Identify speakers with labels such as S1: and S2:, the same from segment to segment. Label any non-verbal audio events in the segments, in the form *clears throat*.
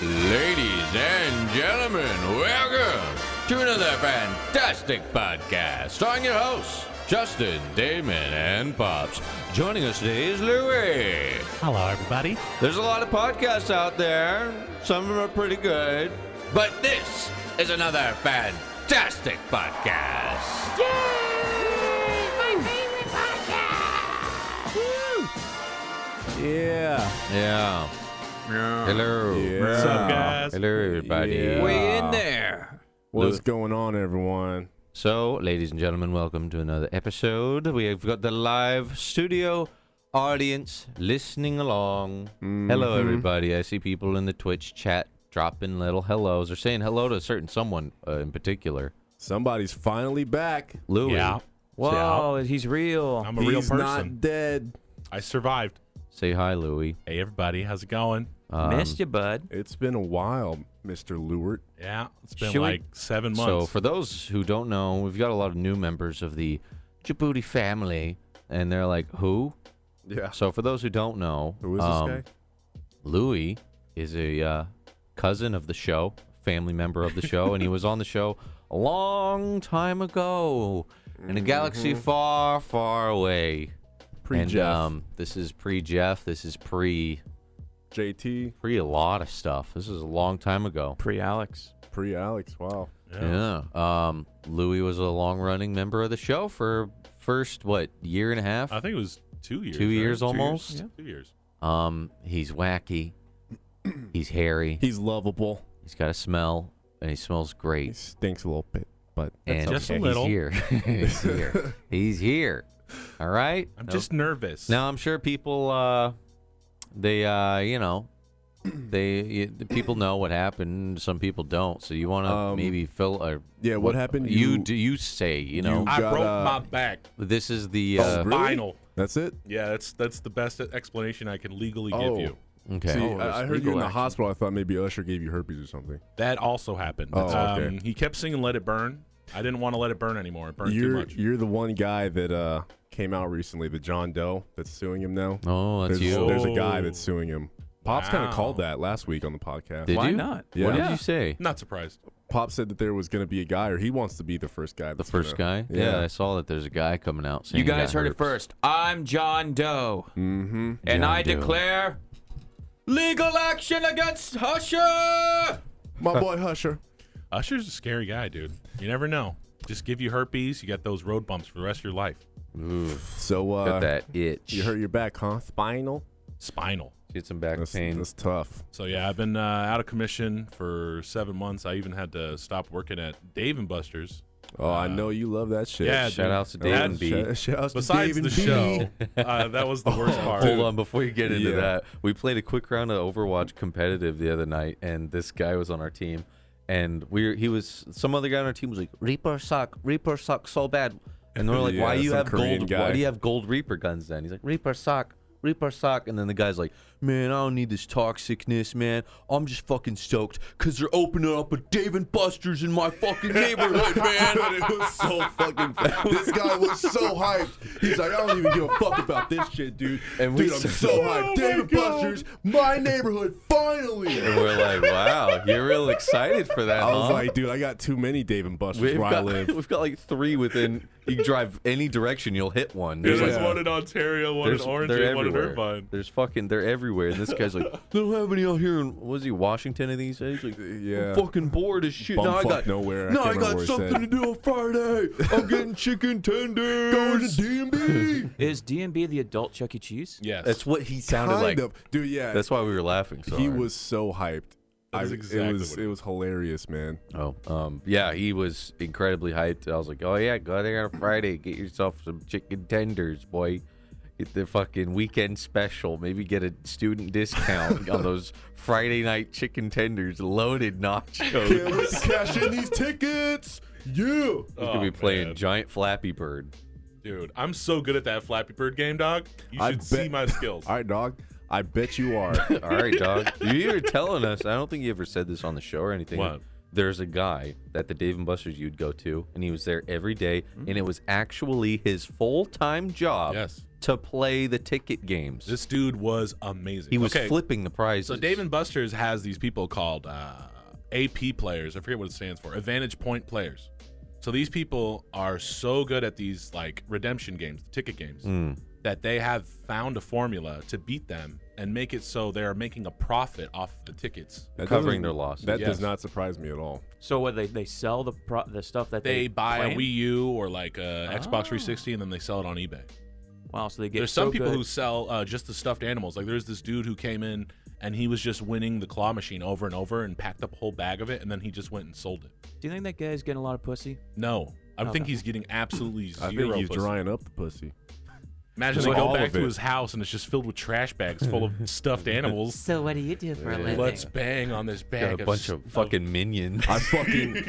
S1: Ladies and gentlemen, welcome to another fantastic podcast. I'm your hosts, Justin, Damon, and Pops. Joining us today is Louie.
S2: Hello, everybody.
S1: There's a lot of podcasts out there. Some of them are pretty good. But this is another fantastic podcast.
S3: Yeah.
S1: Yeah. Hello.
S2: What's up, guys?
S1: Hello, everybody.
S3: Yeah.
S1: Way in there.
S3: What's going on, everyone?
S1: So, ladies and gentlemen, welcome to another episode. We have got the live studio audience listening along. Hello,
S3: Mm-hmm.
S1: everybody. I see people in the Twitch chat dropping little hellos or saying hello to a certain someone uh, in particular.
S3: Somebody's finally back.
S1: Louis.
S2: Yeah.
S1: Whoa, he's real.
S2: I'm a real
S3: He's
S2: person.
S3: not dead.
S2: I survived.
S1: Say hi, Louis.
S2: Hey, everybody. How's it going?
S4: Missed you, bud.
S3: It's been a while, Mr. Lewart.
S2: Yeah. It's been
S4: Should we-
S2: like seven months.
S1: So, for those who don't know, we've got a lot of new members of the Djibouti family, and they're like, who?
S3: Yeah.
S1: So, for those who don't know,
S3: Who is
S1: um,
S3: this guy?
S1: Louis is a uh, cousin of the show, family member of the show, and he was on the show a long time ago in a galaxy
S2: Mm-hmm.
S1: far, far away.
S3: Pre
S1: And,
S3: Jeff.
S1: um, this is pre Jeff. This is pre
S3: JT.
S1: pre a lot of stuff. This is a long time ago.
S4: Pre Alex.
S3: Pre Alex. Wow.
S1: Yeah. Um, Louis was a long running member of the show for first what year and a half.
S2: I think it was two years.
S1: Two
S2: right?
S1: years almost.
S2: Two years. Two years.
S1: Um, he's wacky. He's hairy.
S3: He's lovable.
S1: He's got a smell, and he smells
S3: He
S1: great.
S3: stinks a little bit, but
S1: and
S2: Just a
S1: he's
S2: little.
S1: here. *laughs* he's here. He's here. All right.
S2: I'm
S1: No-
S2: just nervous.
S1: now. I'm sure people, uh, they, uh, you know, they y- the people know what happened. Some people don't. So you want to
S3: Um,
S1: maybe fill or
S3: yeah, what happened?
S1: You
S3: You-
S1: do you say you know
S3: you-
S2: I
S3: got,
S2: broke
S3: uh,
S2: my back.
S1: this is the
S3: Oh,
S1: uh,
S3: really?
S2: Spinal.
S3: that's it.
S2: Yeah, that's that's the best explanation I can legally
S3: Oh.
S2: give you.
S1: okay.
S3: See,
S4: Oh, there's
S3: I, I heard you
S4: legal
S3: in the
S4: action.
S3: hospital. I thought maybe Usher gave you herpes or something.
S2: That also happened.
S3: Oh, okay.
S2: um, he kept singing "Let It Burn." I didn't want to let it burn anymore. It burned too
S3: you're
S2: much.
S3: you're the one guy that uh, came out recently, the John Doe that's suing him now.
S1: Oh, that's
S3: there's,
S1: you.
S3: there's a guy
S2: Oh.
S3: that's suing him. Pops kind of
S2: Wow.
S3: called that last week on the podcast.
S1: Did
S4: Why
S1: you?
S4: not?
S3: Yeah.
S1: What
S2: Yeah.
S1: did you say?
S2: Not surprised.
S3: Pop said that there was going to be a guy, or he wants to be the first guy.
S1: The first guy. Yeah. I saw that. There's a guy coming out. Saying
S4: You guys
S1: he got
S4: heard it
S1: herpes.
S4: first. I'm John Doe,
S3: Mm-hmm.
S4: and
S1: John
S4: I
S1: Doe.
S4: declare legal action against Husher.
S3: My
S1: *laughs*
S3: boy Husher.
S2: Usher's a scary guy, dude. You never know. Just give you herpes, you got those road bumps for the rest of your life.
S1: Ooh,
S3: So uh,
S1: got that itch.
S3: you hurt your back, huh? Spinal.
S2: Spinal.
S1: Get some back
S3: That's,
S1: pain.
S3: that's tough.
S2: So yeah, I've been uh, out of commission for seven months. I even had to stop working at Dave and Buster's.
S3: Oh,
S1: Uh,
S3: I know you love that shit.
S2: yeah,
S1: Shout
S2: dude.
S1: out to
S3: Oh,
S1: Dave and
S2: That's-
S1: B.
S3: shout- shout outs to
S2: Besides
S3: Dave
S2: the
S3: and B. *laughs*
S2: show, uh, that was the worst part.
S1: Hold on, before you get into
S3: Yeah.
S1: that, we played a quick round of Overwatch competitive the other night, and this guy was on our team, and we were, he was some other guy on our team was like Reaper suck, Reaper suck so bad, and we are like,
S3: *laughs* Yeah,
S1: why do you
S3: some
S1: have
S3: Korean
S1: gold?
S3: guy.
S1: Why do you have gold Reaper guns then? He's like Reaper suck, Reaper suck, and then the guy's like, man, I don't need this toxicness, man. I'm just fucking stoked because they're opening up a Dave and Buster's in my fucking
S3: *laughs*
S1: neighborhood, man.
S3: Dude, it was so fucking. This guy was so hyped. He's like, I don't even give a fuck about this shit, dude.
S1: And we
S3: dude, I'm
S1: said- "Oh
S3: so hyped. Dave and Buster's, my neighborhood, finally.
S1: And we're like, wow, you're real excited for that.
S3: I was
S1: huh?
S3: like, dude, I got too many Dave and Buster's
S1: We've
S3: where I
S1: got, *laughs*
S3: live.
S1: we've got like three within. You drive any direction, you'll hit one.
S2: Dude,
S1: There's
S2: There's
S1: like,
S3: Yeah.
S2: one in Ontario, one
S1: there's,
S2: in Orange,
S1: they're
S2: and one in
S1: everywhere.
S2: Irvine.
S1: There's fucking, they're everywhere. And this guy's like,
S3: *laughs*
S1: they don't have any out here. In, was he Washington? I think he said. He's like,
S3: Yeah.
S1: I'm fucking bored as shit.
S3: Bumfuck
S1: now I got
S3: nowhere. I
S1: Now
S3: can't
S1: I,
S3: remember
S1: got
S3: what he
S1: something
S3: said.
S1: to do on Friday. I'm getting chicken tenders.
S3: Going to
S1: *laughs*
S3: DMB.
S4: Is DMB the adult Chuck E. Cheese?
S2: Yes.
S1: That's what he sounded
S3: kind
S1: like.
S3: of, dude. Yeah,
S1: That's why we were laughing. So
S3: he
S1: hard.
S3: was so hyped. I,
S2: That's exactly
S3: it was
S2: what
S3: it
S2: he-
S3: was hilarious, man.
S1: Oh, um, yeah, he was incredibly hyped. I was like, oh yeah, go there on Friday, get yourself some chicken tenders, boy. Get the fucking weekend special. Maybe get a student discount
S2: *laughs*
S1: on those Friday night chicken tenders, loaded nachos.
S3: Can't wait to *laughs* cash in these tickets. Yeah.
S1: He's gonna be
S2: Oh,
S1: playing
S2: man.
S1: giant Flappy Bird.
S2: Dude, I'm so good at that Flappy Bird game, dog. You
S3: I
S2: should see
S3: bet-
S2: my skills.
S3: All right, dog. I bet
S1: *laughs*
S3: you are.
S1: All right,
S2: *laughs*
S1: dog. You were telling us. I don't think you ever said this on the show or anything.
S2: What?
S1: There's a guy at the Dave and Buster's you'd go to, and he was there every day, and it was actually his full time job.
S2: Mm. Yes.
S1: to play the ticket games.
S2: This dude was amazing.
S1: he was
S2: okay,
S1: flipping the prizes.
S2: So Dave and Buster's has these people called uh, AP players. I forget what it stands for. Advantage point players. So these people are so good at these like redemption games, ticket games,
S4: Hmm.
S2: that they have found a formula to beat them and make it so they are making a profit off the tickets.
S1: Covering
S3: doesn't-
S1: their losses.
S3: That
S2: Yes.
S3: does not surprise me at all.
S4: So what they they sell the pro- the stuff that they,
S2: They buy a
S4: plan?
S2: Wii U or like a
S4: Ah.
S2: Xbox 360 and then they sell it on eBay.
S4: Wow, so they get
S2: There's
S4: so
S2: some people
S4: good.
S2: who sell uh, just the stuffed animals. Like there's this dude who came in and he was just winning the claw machine over and over and packed up a whole bag of it and then he just went and sold it.
S4: Do you think that guy's getting a lot of pussy?
S2: No, I
S4: Okay.
S2: think he's getting absolutely zero.
S3: I think he's
S2: pussy.
S3: drying up the pussy.
S2: Imagine they
S3: Like
S2: go
S3: all
S2: back
S3: of
S2: to
S3: it.
S2: his house and it's just filled with trash bags full of stuffed animals.
S4: So what do you do for a living?
S2: Let's bang on this
S1: Got
S2: bag.
S1: a bunch of fucking *laughs* minions.
S3: I fucking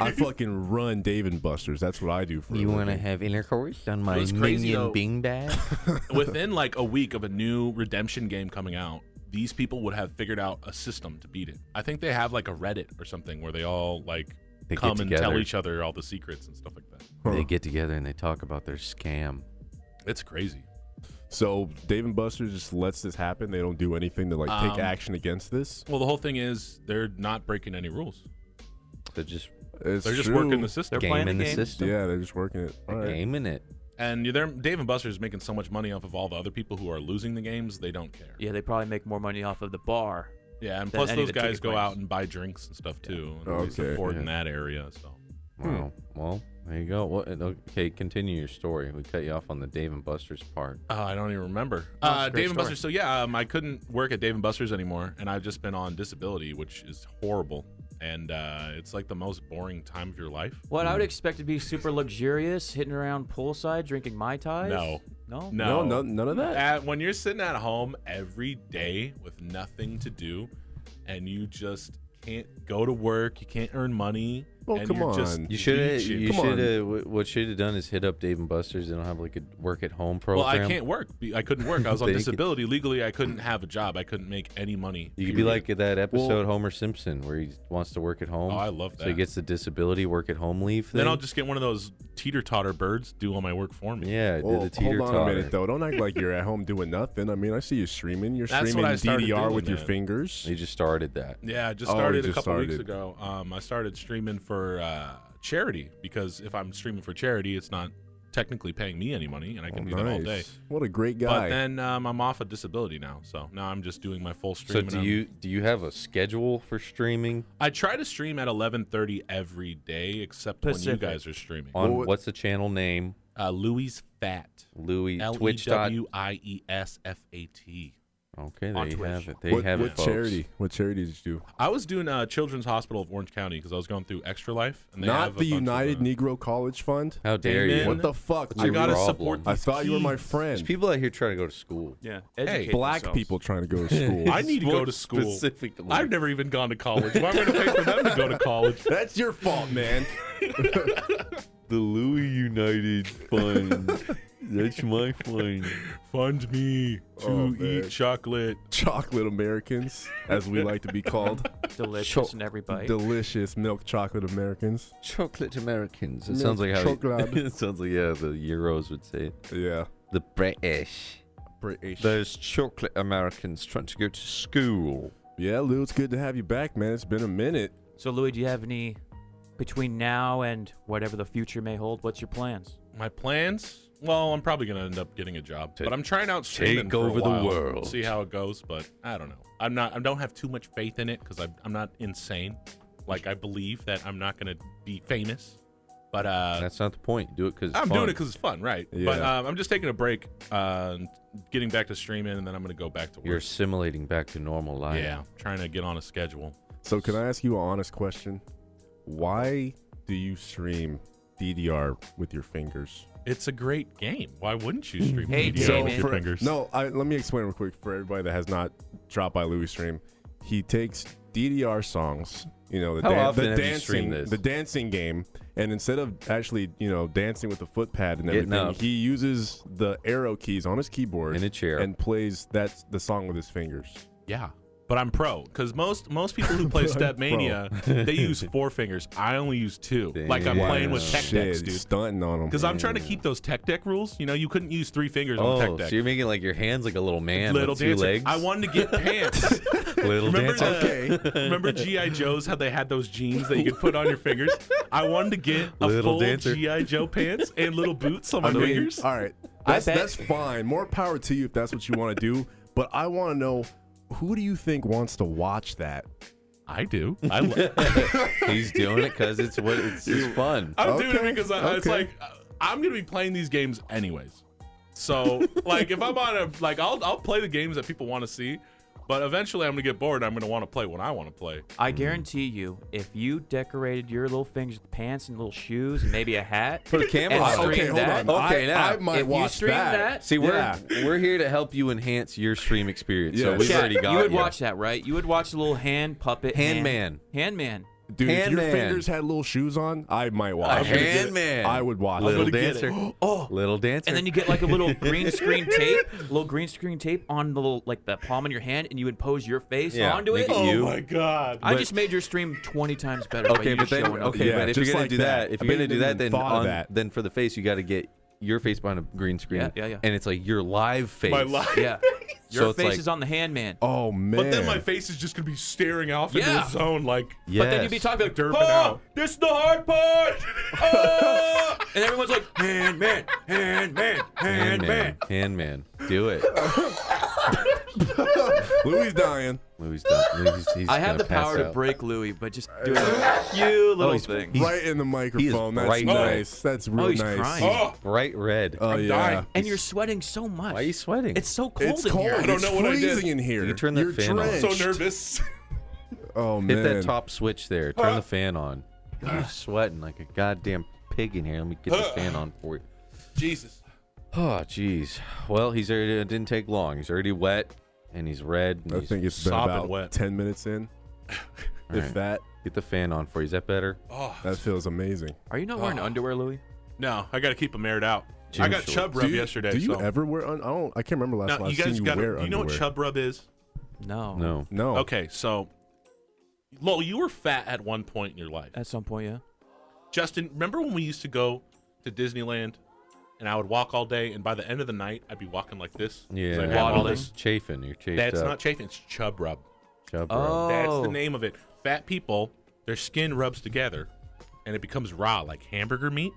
S2: *laughs*
S3: I fucking run Dave and Buster's. That's what I do for a
S1: wanna
S3: living.
S1: have intercourse on my
S2: was crazy, though. *laughs*
S1: bingbag?
S2: *laughs* within like a week of a new redemption game coming out. These people would have figured out a system to beat it. I think they have like a Reddit or something where they all like
S1: They get
S2: come and tell
S1: together.
S2: each other all the secrets and stuff like that.
S1: They get together and they talk about their scam.
S2: It's crazy.
S3: So Dave and Buster's just lets this happen. They don't do anything to like
S2: Um,
S3: take action against this.
S2: Well, the whole thing is they're not breaking any rules.
S1: So just
S3: It's
S2: They're just
S3: true.
S2: working the system.
S4: They're playing
S1: gaming
S4: the
S1: the
S4: game.
S1: system.
S3: Yeah, they're just working it. All right.
S1: Gaming it.
S2: And they're, Dave and Buster's making so much money off of all the other people who are losing the games, they don't care.
S4: Yeah, they probably make more money off of the bar.
S2: Yeah, and
S4: than
S2: plus
S4: any of
S2: those
S4: the ticket
S2: guys go
S4: claims.
S2: out and buy drinks and stuff too. And At least
S3: Okay,
S2: afford in
S1: yeah.
S2: that area. So
S1: Wow. Well, there you go. What, okay, continue your story. We cut you off on the Dave and Buster's part.
S4: Oh,
S2: uh, I don't even remember.
S4: No, it's a
S2: uh,
S4: great
S2: Dave and
S4: story.
S2: Buster's. So yeah, um, I couldn't work at Dave and Buster's anymore, and I've just been on disability, which is horrible. And uh, it's like the most boring time of your life.
S4: What I would expect to be super luxurious, hitting around poolside, drinking mai tais.
S2: No.
S4: no,
S2: No,
S3: no, none of that.
S2: At, when you're sitting at home every day with nothing to do, and you just can't go to work, you can't earn money.
S3: Oh,
S2: and
S3: come
S2: you're Just
S3: on.
S1: You should have.
S2: leeching.
S1: You
S3: Come on.
S1: should have. What should have done is hit up Dave and Buster's. They don't have like a work at home
S2: Well,
S1: program.
S2: I can't work. Be- I couldn't work. I was
S1: *laughs*
S2: on
S1: They could-
S2: disability. Legally, I couldn't have a job. I couldn't make any money.
S1: You could be
S2: period.
S1: like that episode
S3: Well-
S1: Homer Simpson where he wants to work at home.
S2: Oh, I love
S1: So he
S2: that.
S1: gets the disability work at home leave thing.
S2: Then I'll just get one of those teeter totter birds do all my work for me.
S1: yeah,
S3: Well,
S1: did the teeter
S3: hold on a minute
S1: totter.
S3: though. Don't act like you're
S1: *laughs*
S3: at home doing nothing. I mean, I see you streaming. You're
S2: That's what
S3: streaming
S2: I started
S3: DDR
S2: doing,
S3: with your
S2: man.
S3: fingers.
S1: He just started that.
S2: Yeah, I just
S3: Oh, you
S2: started a
S3: just
S2: couple weeks
S3: started.
S2: ago. Um, I started streaming for uh, charity because if I'm streaming for charity, it's not technically paying me any money, and I
S1: Oh,
S2: can do that all day.
S3: What a great
S2: But
S3: guy.
S2: then um, I'm off a disability now, so now I'm just doing my full stream.
S1: So
S2: and
S1: do
S2: I'm-
S1: you do you have a schedule for streaming
S2: I try to stream at 11:30 every day, except
S4: Pacific.
S2: when you guys are streaming.
S1: on
S3: what-
S1: what's the channel name?
S2: Uh, Louis Fat.
S1: Louis
S2: L E
S1: Twitch. dot-
S2: W I E S F A T.
S1: Okay, there
S4: on
S1: you
S4: Twitch.
S1: have it. They
S3: what,
S1: have
S3: what
S1: it, folks.
S3: charity? What charity did you do?
S2: I was doing uh, Children's Hospital of Orange County because I was going through Extra Life. And they have
S3: Not
S2: a
S3: the
S2: bunch of,
S3: United
S2: uh,
S3: Negro College Fund.
S1: How dare
S2: Damon.
S1: you?
S3: What the fuck?
S1: I
S2: You
S3: dude?
S2: gotta
S1: problem?
S2: support.
S3: I
S2: these
S3: thought you were my
S2: kids.
S1: There's
S3: friend.
S1: people out here trying to go to school.
S4: yeah.
S2: Hey,
S4: Educate
S3: Black
S4: themselves.
S3: people trying to
S2: *laughs*
S3: go to school.
S2: I need to go to school.
S1: Specifically.
S2: I've never even gone to college. Why am I going to pay for them to go to college?
S3: That's your fault, man.
S1: the Louis United *laughs* Fund. That's my fund.
S2: Fund me to
S3: Oh, man.
S2: eat chocolate.
S3: *laughs* Chocolate Americans, as we like to be *laughs* called.
S4: delicious
S1: Choc-
S4: in every bite.
S3: Delicious milk chocolate Americans.
S1: Chocolate Americans. It
S3: Milk
S1: sounds like how
S3: chocolate.
S1: *laughs* it sounds like yeah, the Euros would say it.
S3: Yeah.
S1: The British.
S3: British.
S1: Those chocolate Americans trying to go to school.
S3: Yeah, Lou, it's good to have you back, man. It's been a minute.
S4: so Louis, do you have any between now and whatever the future may hold? What's your plans?
S2: My plans? Well, I'm probably going to end up getting a job, but I'm trying out streaming
S1: take
S2: for a
S1: over the
S2: while,
S1: world.
S2: See how it goes, but I don't know. I'm not. I don't have too much faith in it because I'm, I'm not insane. Like I believe that I'm not going to be famous, but uh,
S1: That's not the point. Do it because
S2: I'm doing it because it's fun, right? But
S3: Yeah.
S2: um, I'm just taking a break, uh, and getting back to streaming, and then I'm going to go back to
S1: you're
S2: work.
S1: assimilating back to normal life.
S2: yeah, trying to get on a schedule.
S3: So, can I ask you an honest question? Why do you stream DDR with your fingers?
S2: It's a great game. Why wouldn't
S1: Mm-hmm.
S2: you stream
S4: Hey,
S2: DDR
S4: Damon.
S2: with your
S3: for-
S2: fingers?
S3: No, I, let me explain real quick for everybody that has not dropped by Louis stream. He takes DDR songs, you know, the,
S1: How often
S3: the
S1: have you
S3: dancing,
S1: streamed this?
S3: the dancing game, and instead of actually, you know, dancing with the foot pad and
S1: Getting
S3: everything,
S1: up.
S3: he uses the arrow keys on his keyboard
S1: In a chair.
S3: and plays that the song with his fingers.
S2: Yeah. But I'm pro because most most people who play Step Mania
S1: *laughs*
S2: they use four fingers. I only use two. Like I'm
S1: Damn.
S2: playing with tech
S3: Oh, Shit,
S2: decks, dude.
S3: stunting on them.
S2: Because I'm trying to keep those tech deck rules. You know, you couldn't use three fingers
S1: Oh,
S2: on tech deck.
S1: so you're making like your hands like a little man
S2: Little
S1: with two
S2: dancer.
S1: legs.
S2: I wanted
S1: *laughs*
S2: to get pants.
S1: little
S2: Remember
S1: dancer.
S2: the, remember GI Joes how they had those jeans that you could put on your fingers? I wanted to get a
S1: Little
S2: full
S1: dancer. uh,
S2: GI Joe pants and little boots on my
S3: I mean,
S2: fingers.
S3: all right,
S4: I
S3: that's,
S4: bet-
S3: that's fine. More power to you if that's what you want to do. But I want to know who do you think wants to watch that?
S2: I do. I lo-
S1: *laughs* He's doing it because it's what it's just fun.
S2: I'm doing
S3: Okay,
S2: it because I, it's
S3: okay.
S2: like uh, I'm gonna be playing these games anyways. So *laughs* like if I'm on a like I'll I'll play the games that people want to see, but eventually I'm gonna get bored. and I'm gonna want to play what I want to play.
S4: I guarantee you, if you decorated your little fingers with pants and little shoes and maybe a hat,
S1: Put a camera
S4: and
S1: on it.
S4: streamed
S1: Okay,
S3: hold
S4: that,
S1: on. Okay,
S3: I,
S1: now,
S3: I might
S4: if you
S3: watch
S4: stream that-
S1: See, we're
S3: Yeah.
S1: we're here to help you enhance your stream experience. So
S3: Yes.
S1: we've
S3: Yeah,
S1: already got
S4: you would watch that, right? You would watch a little hand puppet,
S1: Handman.
S4: hand, handman.
S3: Dude, if your
S1: Handman.
S3: fingers had little shoes on, I might watch.
S1: a
S3: it.
S1: handman.
S3: I would watch.
S1: Little
S3: it.
S1: dancer. oh, little dancer.
S4: And then you get like
S1: *laughs*
S4: a little green screen tape, little green screen tape on the little like the palm of your hand, and you impose your face
S1: Yeah,
S4: onto
S1: make
S4: it.
S1: it Oh you. my
S2: god!
S4: I just made your stream twenty times better. by
S1: Okay,
S4: you
S1: but then
S4: showing up.
S1: okay,
S3: Yeah,
S1: but if you're
S3: just
S1: gonna
S3: like
S1: do that,
S3: that.
S1: if
S3: I
S1: you're gonna
S3: bet
S1: do
S3: you
S1: that,
S3: didn't
S1: then
S3: even thought of
S1: on
S3: that.
S1: then for the face, you got to get your face behind a green screen.
S4: Yeah, yeah, yeah.
S1: And it's like your live face.
S2: my
S1: *laughs*
S2: life.
S4: yeah, your
S1: So it's
S4: face
S1: like-
S4: is on the hand man.
S3: Oh man.
S2: But then my face is just gonna be staring off
S4: Yeah.
S2: into the zone like
S1: Yes.
S4: But then you'd be talking like,
S2: Derping
S4: "Oh,
S2: out."
S4: this is the
S2: *laughs*
S4: hard part," Oh! and everyone's like, "Hand man, hand man, hand man."
S1: Handman. Handman. Do
S3: *laughs*
S1: it.
S3: Louis dying.
S1: Louis done. Louis, he's
S4: I have
S1: gonna
S4: the
S1: pass
S4: power to
S1: out.
S4: break Louis, but just do it. you little
S1: he's- *laughs*
S4: thing.
S1: he's-
S3: right in the microphone. That's
S1: bright
S3: nice. That's real
S4: Oh, he's
S3: nice.
S4: crying.
S3: *laughs*
S2: Oh,
S1: bright red.
S3: Oh
S2: I'm
S3: yeah.
S2: dying.
S4: and you're sweating so much.
S1: Why are you sweating?
S4: It's so cold
S3: It's
S4: in
S3: cold.
S4: here.
S2: I don't
S3: it's
S2: know what I did.
S3: freezing in here.
S1: You turn that
S3: You're
S1: fan on.
S2: I'm so
S3: drenched. *laughs*
S2: nervous.
S3: Oh man.
S1: Hit that top switch there. Turn
S3: *laughs*
S1: the fan on. God,
S3: *sighs*
S1: You're sweating like a goddamn pig in here. Let me get the fan on for you.
S2: Jesus.
S1: Oh, jeez. Well, he's already. It didn't take long. He's already wet, and he's red. And
S3: I
S1: he's-
S3: think it's been
S2: sopping
S3: about
S2: wet.
S3: ten minutes
S1: *laughs*
S3: in. if that
S1: get the fan on for you. Is that better?
S2: Oh
S3: that feels amazing.
S4: Are you not wearing underwear, Louis?
S2: no, I gotta keep them aired out. I got
S1: Jeez.
S2: chub rub
S3: do you,
S2: yesterday.
S3: Do you
S2: so.
S3: ever wear? Un- I don't. I can't remember last
S2: Now,
S3: time
S2: you
S3: I've seen
S2: guys
S3: you
S2: gotta.
S3: wear
S2: you know what
S3: underwear.
S2: chub rub is?
S4: No.
S1: No.
S3: No.
S2: Okay, so Lowell, you were fat at one point in your life.
S4: At some point, yeah.
S2: Justin, remember when we used to go to Disneyland and I would walk all day and by the end of the night I'd be walking like this? 'Cause
S1: Yeah.
S2: I'd
S1: yeah,
S2: have all
S4: waddling.
S2: this.
S1: Chafing. You're chafed
S2: That's
S1: up.
S2: not chafing, it's chub rub.
S1: Chub rub.
S4: Oh.
S2: That's the name of it. Fat people, their skin rubs together and it becomes raw like hamburger meat.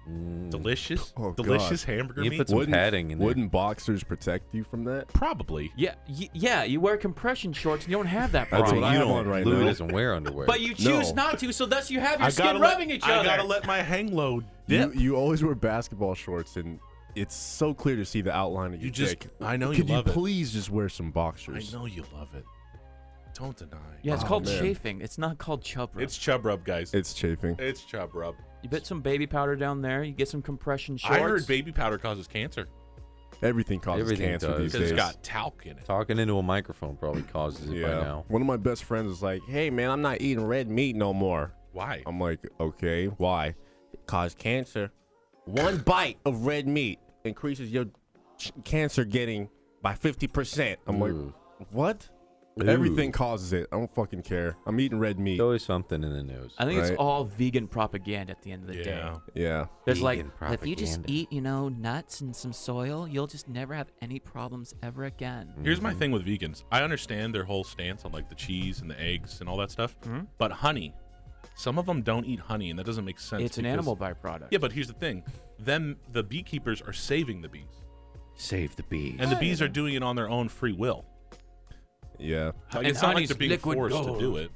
S2: Delicious.
S3: Oh, God.
S2: delicious hamburger
S1: You
S2: meat.
S1: put some padding in there.
S3: wouldn't boxers protect you from that?
S2: Probably.
S4: Yeah, y- yeah. You wear compression shorts and you don't have that
S3: That's
S4: problem.
S3: what I
S1: you
S3: have
S1: don't.
S3: on right
S1: Louis
S3: now.
S1: doesn't wear underwear.
S4: but you choose
S3: No.
S4: not to, so thus you have your
S2: I
S4: skin
S2: gotta
S4: rubbing
S2: let,
S4: each
S2: I
S4: other.
S2: gotta let my hang low dip.
S3: You, you always wear basketball shorts, and it's so clear to see the outline of
S2: You
S3: your
S2: just-
S3: dick.
S2: I know you
S3: Could
S2: love
S3: you
S2: it.
S3: please just wear some
S2: I
S3: boxers?
S2: know you love it. Don't deny.
S4: yeah, it's
S3: Oh,
S4: called
S3: man.
S4: chafing. It's not called chub rub.
S2: It's chub rub, guys.
S3: It's chafing.
S2: It's chub rub.
S4: you put some baby powder down there. You get some compression shorts.
S2: I heard baby powder causes cancer
S3: Everything causes
S1: Everything
S3: cancer
S1: does.
S3: these
S2: because
S3: days.
S2: it's got talc in it.
S1: Talking into a microphone probably causes it by now.
S3: One of my best friends is like, "Hey man, I'm not eating red meat no more."
S2: Why?
S3: I'm like, "Okay, why?" Cause cancer. One bite of red meat increases your ch- cancer getting by 50%. I'm
S1: Ooh.
S3: like, "What?"
S1: Mm. Ooh.
S3: Everything causes it. I don't fucking care. I'm eating red meat.
S1: There's always something in the news.
S4: I think
S3: Right.
S4: it's all vegan propaganda at the end of the day.
S2: Yeah.
S3: Yeah.
S4: There's
S1: Vegan
S4: like, if you just
S1: propaganda.
S4: eat, you know, nuts and some soil, you'll just never have any problems ever again.
S2: Here's my thing with vegans. I understand their whole stance on like the cheese and the eggs and all that stuff, but honey, some of them don't eat honey, and that doesn't make sense.
S4: It's an
S2: because-
S4: animal byproduct.
S2: Yeah, but here's the thing: them the beekeepers are saving the bees,
S1: Save the bees.
S2: and the bees are doing it on their own free will.
S3: Yeah.
S2: Like,
S4: And
S2: it's not like
S4: honey's
S2: they're being
S4: liquid
S2: forced to
S4: gold.
S2: do it.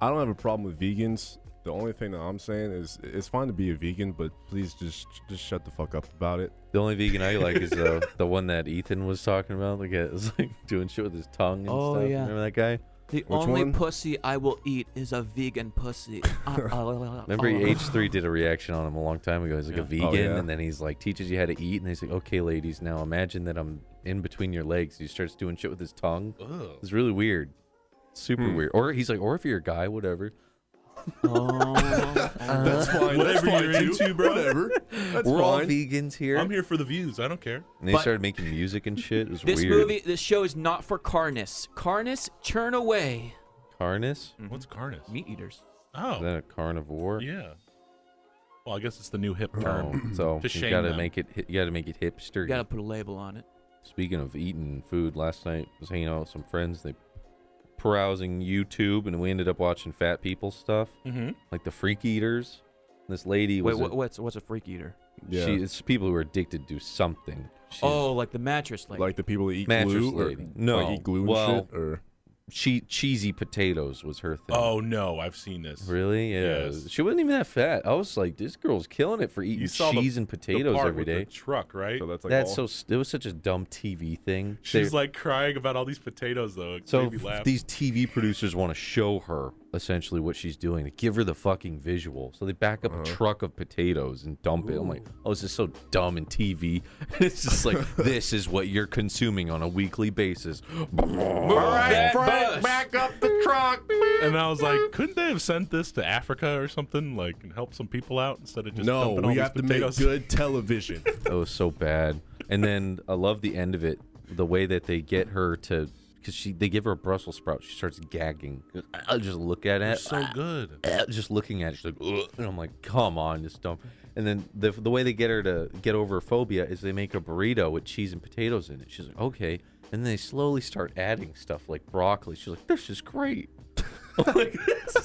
S3: I don't have a problem with vegans. The only thing that I'm saying is it's fine to be a vegan, but please just just shut the fuck up about it.
S1: The only vegan I like is uh, the one that Ethan was talking about. Like, *laughs* it was like doing shit with his tongue and
S4: Oh,
S1: stuff.
S4: yeah.
S1: Remember that guy?
S4: The
S3: Which
S4: only
S3: one?
S4: pussy I will eat is a vegan pussy. Uh,
S1: Remember
S4: Remember
S1: H3 did a reaction on him a long time ago. He's like a vegan,
S3: Oh, yeah.
S1: and then he's like teaches you how to eat, and he's like, okay, ladies, now imagine that I'm in between your legs. He starts doing shit with his tongue.
S2: Ugh.
S3: Hmm.
S1: It's really weird, super weird. Or he's like, or if you're a guy, whatever.
S4: uh, Oh,
S5: That's fine.
S2: Whatever you're into, bro.
S5: Whatever. That's
S1: We're all
S5: fine.
S1: vegans here.
S2: I'm here for the views. I don't care.
S1: And they
S4: But-
S1: started making music and shit. It was
S4: this
S1: weird.
S4: movie, this show is not for carnice. Carnice, churn away.
S1: Carnus?
S2: What's Carnus?
S4: Meat eaters.
S1: Is
S2: Oh,
S1: that a carnivore?
S2: yeah. Well, I guess it's the new hip
S1: Oh,
S5: *clears throat*
S2: term.
S1: so
S2: To
S1: you
S2: shame
S1: gotta
S2: them.
S1: make it. hi- You gotta make it hipster.
S4: You gotta put a label on it.
S1: Speaking of eating food, last night was hanging out with some friends. They browsing YouTube, and we ended up watching fat people stuff,
S2: Mm-hmm.
S1: like the freak eaters. This lady
S4: Wait,
S1: was.
S4: what,
S1: a-
S4: what's what's a freak eater?
S5: Yeah.
S1: She, it's people who are addicted to something. She's-
S4: Oh, like the mattress lady.
S5: like the people that eat
S1: Mattress
S5: glue or
S1: lady. No.
S5: like eat glue and
S1: Well,
S5: shit or
S1: she cheesy potatoes was her thing.
S2: Oh no, I've seen this.
S1: Really? Yeah.
S2: Yes.
S1: She wasn't even that fat. I was like, this girl's killing it for eating
S2: saw the-
S1: cheese and
S2: The
S1: potatoes
S2: part
S1: every
S2: with the
S1: day.
S2: truck, right?
S5: so that's like
S1: That's
S5: all-
S1: so. s- It was such a dumb TV thing.
S2: She's
S1: They-
S2: like crying about all these potatoes though. It
S1: so
S2: made me laugh.
S1: these TV producers want to show her essentially what she's doing to give her the fucking visual. So they back
S2: Uh-huh.
S1: up a truck of potatoes and dump it. I'm like, oh, this is so dumb in TV. *laughs* it's just like
S2: *laughs*
S1: this is what you're consuming on a weekly basis.
S4: That bus.
S5: back up the truck.
S2: and I was like, couldn't they have sent this to Africa or something, like, and help some people out instead of just
S5: no,
S2: dumping all
S5: we
S2: these
S5: have to make
S2: potatoes?
S5: good
S1: *laughs*
S5: television.
S1: That was so bad. And then I love the end of it, the way that they get her to, because she they give her a Brussels sprout, she starts gagging. I just look at it,
S2: So good.
S1: *clears throat* just looking at it, she's like, "Ugh," and I'm like, come on, just dumb. And then the the way they get her to get over her phobia is they make a burrito with cheese and potatoes in it. She's like, okay. And then they slowly start adding stuff like broccoli. She's like, this is great. *laughs* I'm like,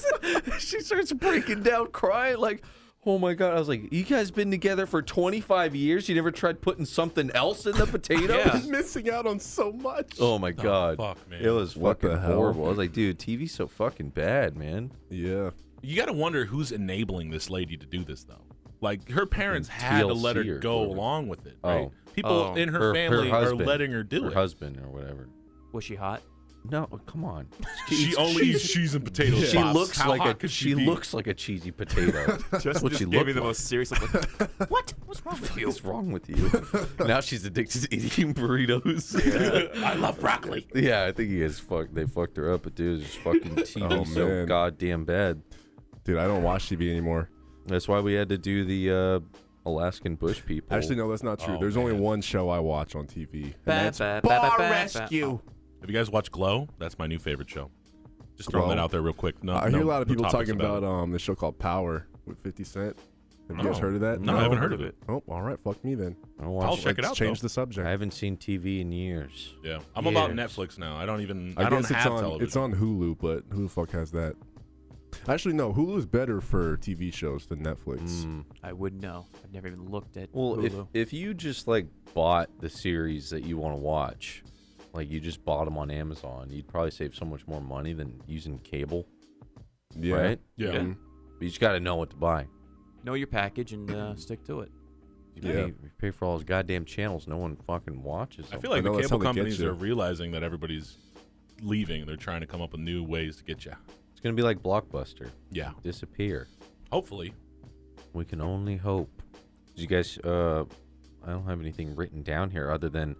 S1: *laughs* she starts breaking down, crying, like, oh my god. I was like, you guys been together for 25 years. You never tried putting something else in the
S2: *laughs*
S1: potato?
S4: Yeah.
S5: Missing out on so much.
S1: *laughs* Oh my god.
S2: fuck, man?
S1: It was
S5: What the
S1: fucking
S5: hell?
S1: horrible. I was like, dude, TV's so fucking bad, man.
S5: Yeah.
S2: You got to wonder who's enabling this lady to do this, though. Like, her parents had to let
S1: TLC
S2: her
S1: or
S2: go
S1: whatever.
S2: along with it, right? People
S4: Oh.
S2: in her, family are letting her do
S1: her
S2: it.
S1: husband or whatever.
S4: Was she hot?
S1: No, come on.
S2: She only eats cheese and
S1: *laughs*
S2: potatoes.
S1: she
S2: Pops.
S1: looks
S2: How hot
S1: like a
S2: could
S1: she,
S2: she be?
S1: looks like a cheesy
S2: *laughs*
S1: potato. That's what she
S3: just gave
S1: looked
S3: me the
S1: like.
S3: most serious look. Like,
S4: What? What's wrong with you?
S1: What's wrong with you?
S2: *laughs*
S1: now she's addicted to eating burritos. *laughs*
S2: I love broccoli.
S1: Yeah, I think he has fucked. They fucked her up, but dude, it's just
S2: *laughs*
S1: fucking TV
S5: Oh,
S1: so
S5: man.
S1: goddamn bad.
S5: Dude, I don't watch TV anymore.
S1: That's why we had to do the uh, Alaskan bush people.
S5: Actually, no, that's not true.
S2: Oh,
S5: There's only
S2: man.
S5: one show I watch on TV. and
S4: Ba-
S5: that's
S4: ba- ba- ba- ba- ba-
S2: Have you guys watched Glow? That's my new favorite show. Just throwing
S5: Glow?
S2: that out there real quick. No,
S5: I hear a lot of people talking about,
S2: it.
S5: um the show called Power with 50 Cent. Have you guys
S2: No.
S5: heard of that?
S2: No, I haven't heard of it.
S5: Oh, all right. Fuck me then.
S1: I don't
S2: I'll
S1: watch.
S2: check it
S5: Let's
S2: out.
S5: Change
S2: though.
S5: the subject.
S1: I haven't seen TV in years.
S2: Yeah, I'm about
S1: Years.
S2: Netflix now. I don't even.
S5: I,
S2: I, don't
S5: guess
S2: have
S5: it's on
S2: television.
S5: it's on Hulu, but who the fuck has that? Actually, no. Hulu is better for TV shows than Netflix.
S1: Mm.
S4: I would know. I've never even looked at
S1: Well, if
S4: Hulu.
S1: if you just like bought the series that you want to watch, like you just bought them on Amazon, you'd probably save so much more money than using cable,
S5: Yeah. Um,
S1: right?
S2: Yeah.
S4: Yeah.
S1: But you just got to know what to buy.
S4: know your package and uh, stick to it.
S1: You
S5: Yeah.
S1: pay, you pay for all those goddamn channels no one fucking watches.
S2: I
S1: them.
S2: feel
S5: I
S2: like the
S5: know that's how
S2: cable
S5: they get
S2: companies
S5: you.
S2: are realizing that everybody's leaving. They're trying to come up with new ways to get you.
S1: it's gonna be like Blockbuster,
S2: Yeah.
S1: disappear.
S2: Hopefully.
S1: We can only hope. Did you guys? Uh, I don't have anything written down here other than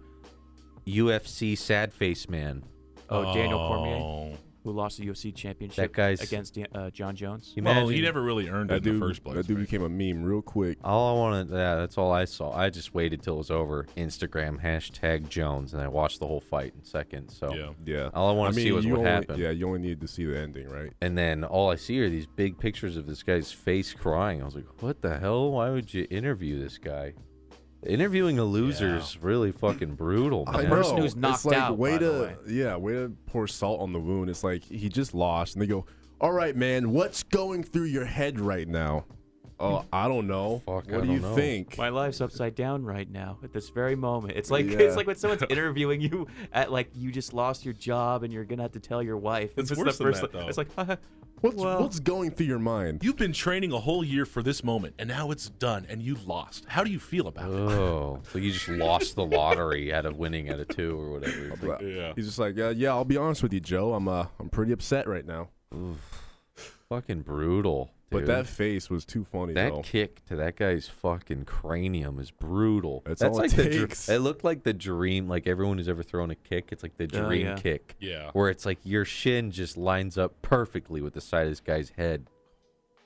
S1: UFC sad face man.
S4: Oh, Daniel Cormier,
S2: Oh.
S4: who lost the UFC championship
S1: That guy's-
S4: against Dan- uh, John Jones.
S2: Well, he never really earned it
S5: That
S2: in
S5: dude,
S2: the first place.
S5: that dude
S2: right?
S5: became a meme real quick.
S1: All I wanted, yeah, that's all I saw. I just waited till it was over. Instagram hashtag Jones, and I watched the whole fight in seconds. So,
S2: Yeah.
S5: Yeah.
S1: all I want to see was
S5: you
S1: what
S5: only-
S1: happened.
S5: Yeah, you only need to see the ending, right?
S1: And then all I see are these big pictures of this guy's face crying. I was like, what the hell? Why would you interview this guy? Interviewing a loser is really fucking brutal,
S5: I
S1: man.
S4: person
S5: know.
S4: who's knocked
S5: it's like,
S4: out,
S5: Way
S4: by
S5: to
S4: the way.
S5: yeah, way to pour salt on the wound. It's like he just lost, and they go, "All right, man, what's going through your head right now?" Oh, I don't know.
S1: Hmm. Fuck,
S5: what
S1: I
S5: do you
S1: don't know."
S5: think?
S4: My life's upside down right now at this very moment. It's like
S5: Yeah.
S4: it's like when someone's interviewing you at like you just lost your job and you're gonna have to tell your wife.
S2: It's
S4: just
S2: worse
S4: the
S2: than
S4: first
S2: that,
S4: li-
S2: though.
S4: It's like *laughs*
S5: What's
S4: well-
S5: what's going through your mind?
S2: You've been training a whole year for this moment, and now it's done, and you lost. How do you feel about
S1: Oh, so you just lost the lottery out of winning out of two or whatever. It's like,
S5: Bruh.
S2: Yeah.
S5: He's just like, uh, "Yeah, I'll be honest with you, Joe. I'm uh, I'm pretty upset right now."
S1: fucking brutal.
S5: But
S1: dude.
S5: that face was too funny
S1: That
S5: though.
S1: kick to that guy's fucking cranium is brutal.
S5: That's all
S1: like
S5: it
S1: the dr-
S5: takes.
S1: it looked like the dream. Like everyone who's ever thrown a kick, it's like the
S4: Oh,
S1: dream
S4: yeah.
S1: kick,
S2: it? Yeah.
S1: where it's like your shin just lines up perfectly with the side of this guy's head.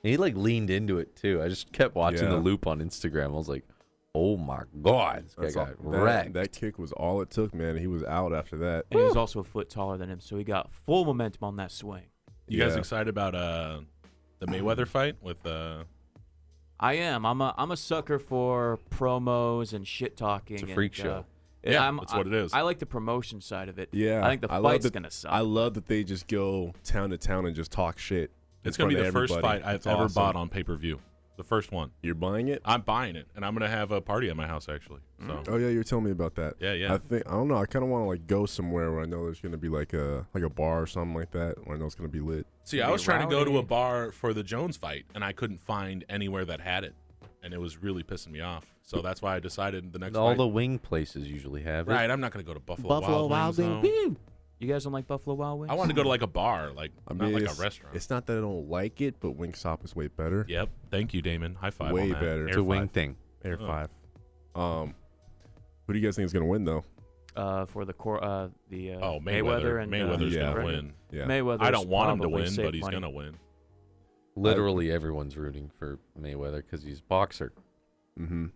S1: And he like leaned into it too. I just kept watching the
S3: Yeah.
S1: loop on Instagram. I was like, oh my god, this guy
S3: That's all-
S1: got
S3: that,
S1: wrecked.
S3: that kick was all it took, man. He was out after that.
S4: And he was also a foot taller than him, so he got full momentum on that swing.
S2: You guys
S3: Yeah.
S2: excited about uh the Mayweather fight with uh
S4: I am. I'm a I'm a sucker for promos and shit talking.
S1: It's a freak
S4: and,
S1: show.
S4: uh,
S2: Yeah,
S4: I'm-
S2: that's what it is.
S4: I, I like the promotion side of it.
S3: Yeah,
S4: I think the
S3: I love
S4: fight's
S3: that-
S4: gonna suck.
S3: I love that they just go town to town and just talk shit. in
S2: it's gonna be
S3: front
S2: the
S3: of
S2: first
S3: everybody.
S2: fight I've
S3: It's
S2: ever
S3: awesome.
S2: bought on pay per view. The first one.
S3: You're buying it?
S2: I'm buying it, and I'm gonna have a party at my house actually. So
S3: Oh yeah, you were telling me about that.
S2: Yeah, yeah.
S3: I think I don't know. I kind of want to like go somewhere where I know there's gonna be like a like a bar or something like that where I know it's gonna be lit.
S2: see, I
S4: Be
S2: was trying to go to a
S4: rowdy.
S2: bar for the Jones fight, and I couldn't find anywhere that had it, and it was really pissing me off. So that's why I decided the next
S1: All
S2: fight-
S1: the wing places usually have it.
S2: right. I'm not gonna go to Buffalo,
S5: Buffalo
S2: Wild
S5: Wild Wing.
S2: Wings. though.
S5: Woo!
S4: you guys don't like Buffalo Wild Wings?
S2: I want to go to like a bar, like
S3: I
S2: not like a
S3: it's,
S2: restaurant.
S3: It's not that I don't like it, but Wingstop is way better.
S2: Yep. Thank you, Damon. High five.
S3: Way
S2: on that.
S3: better.
S2: Air
S1: It's a
S2: five.
S1: wing thing.
S3: Air
S2: Oh.
S3: five. Um, who do you guys think is gonna win though?
S4: uh, for the core, uh, the uh,
S2: Oh, Mayweather.
S4: and uh,
S2: Mayweather's
S3: yeah.
S2: gonna
S4: McGregor.
S2: win.
S3: Yeah.
S4: Mayweather's
S2: I don't want him to
S4: probably
S2: win,
S4: safe
S2: but he's
S4: money.
S2: gonna win.
S1: Literally everyone's rooting for Mayweather because he's a boxer.
S3: Mm-hmm.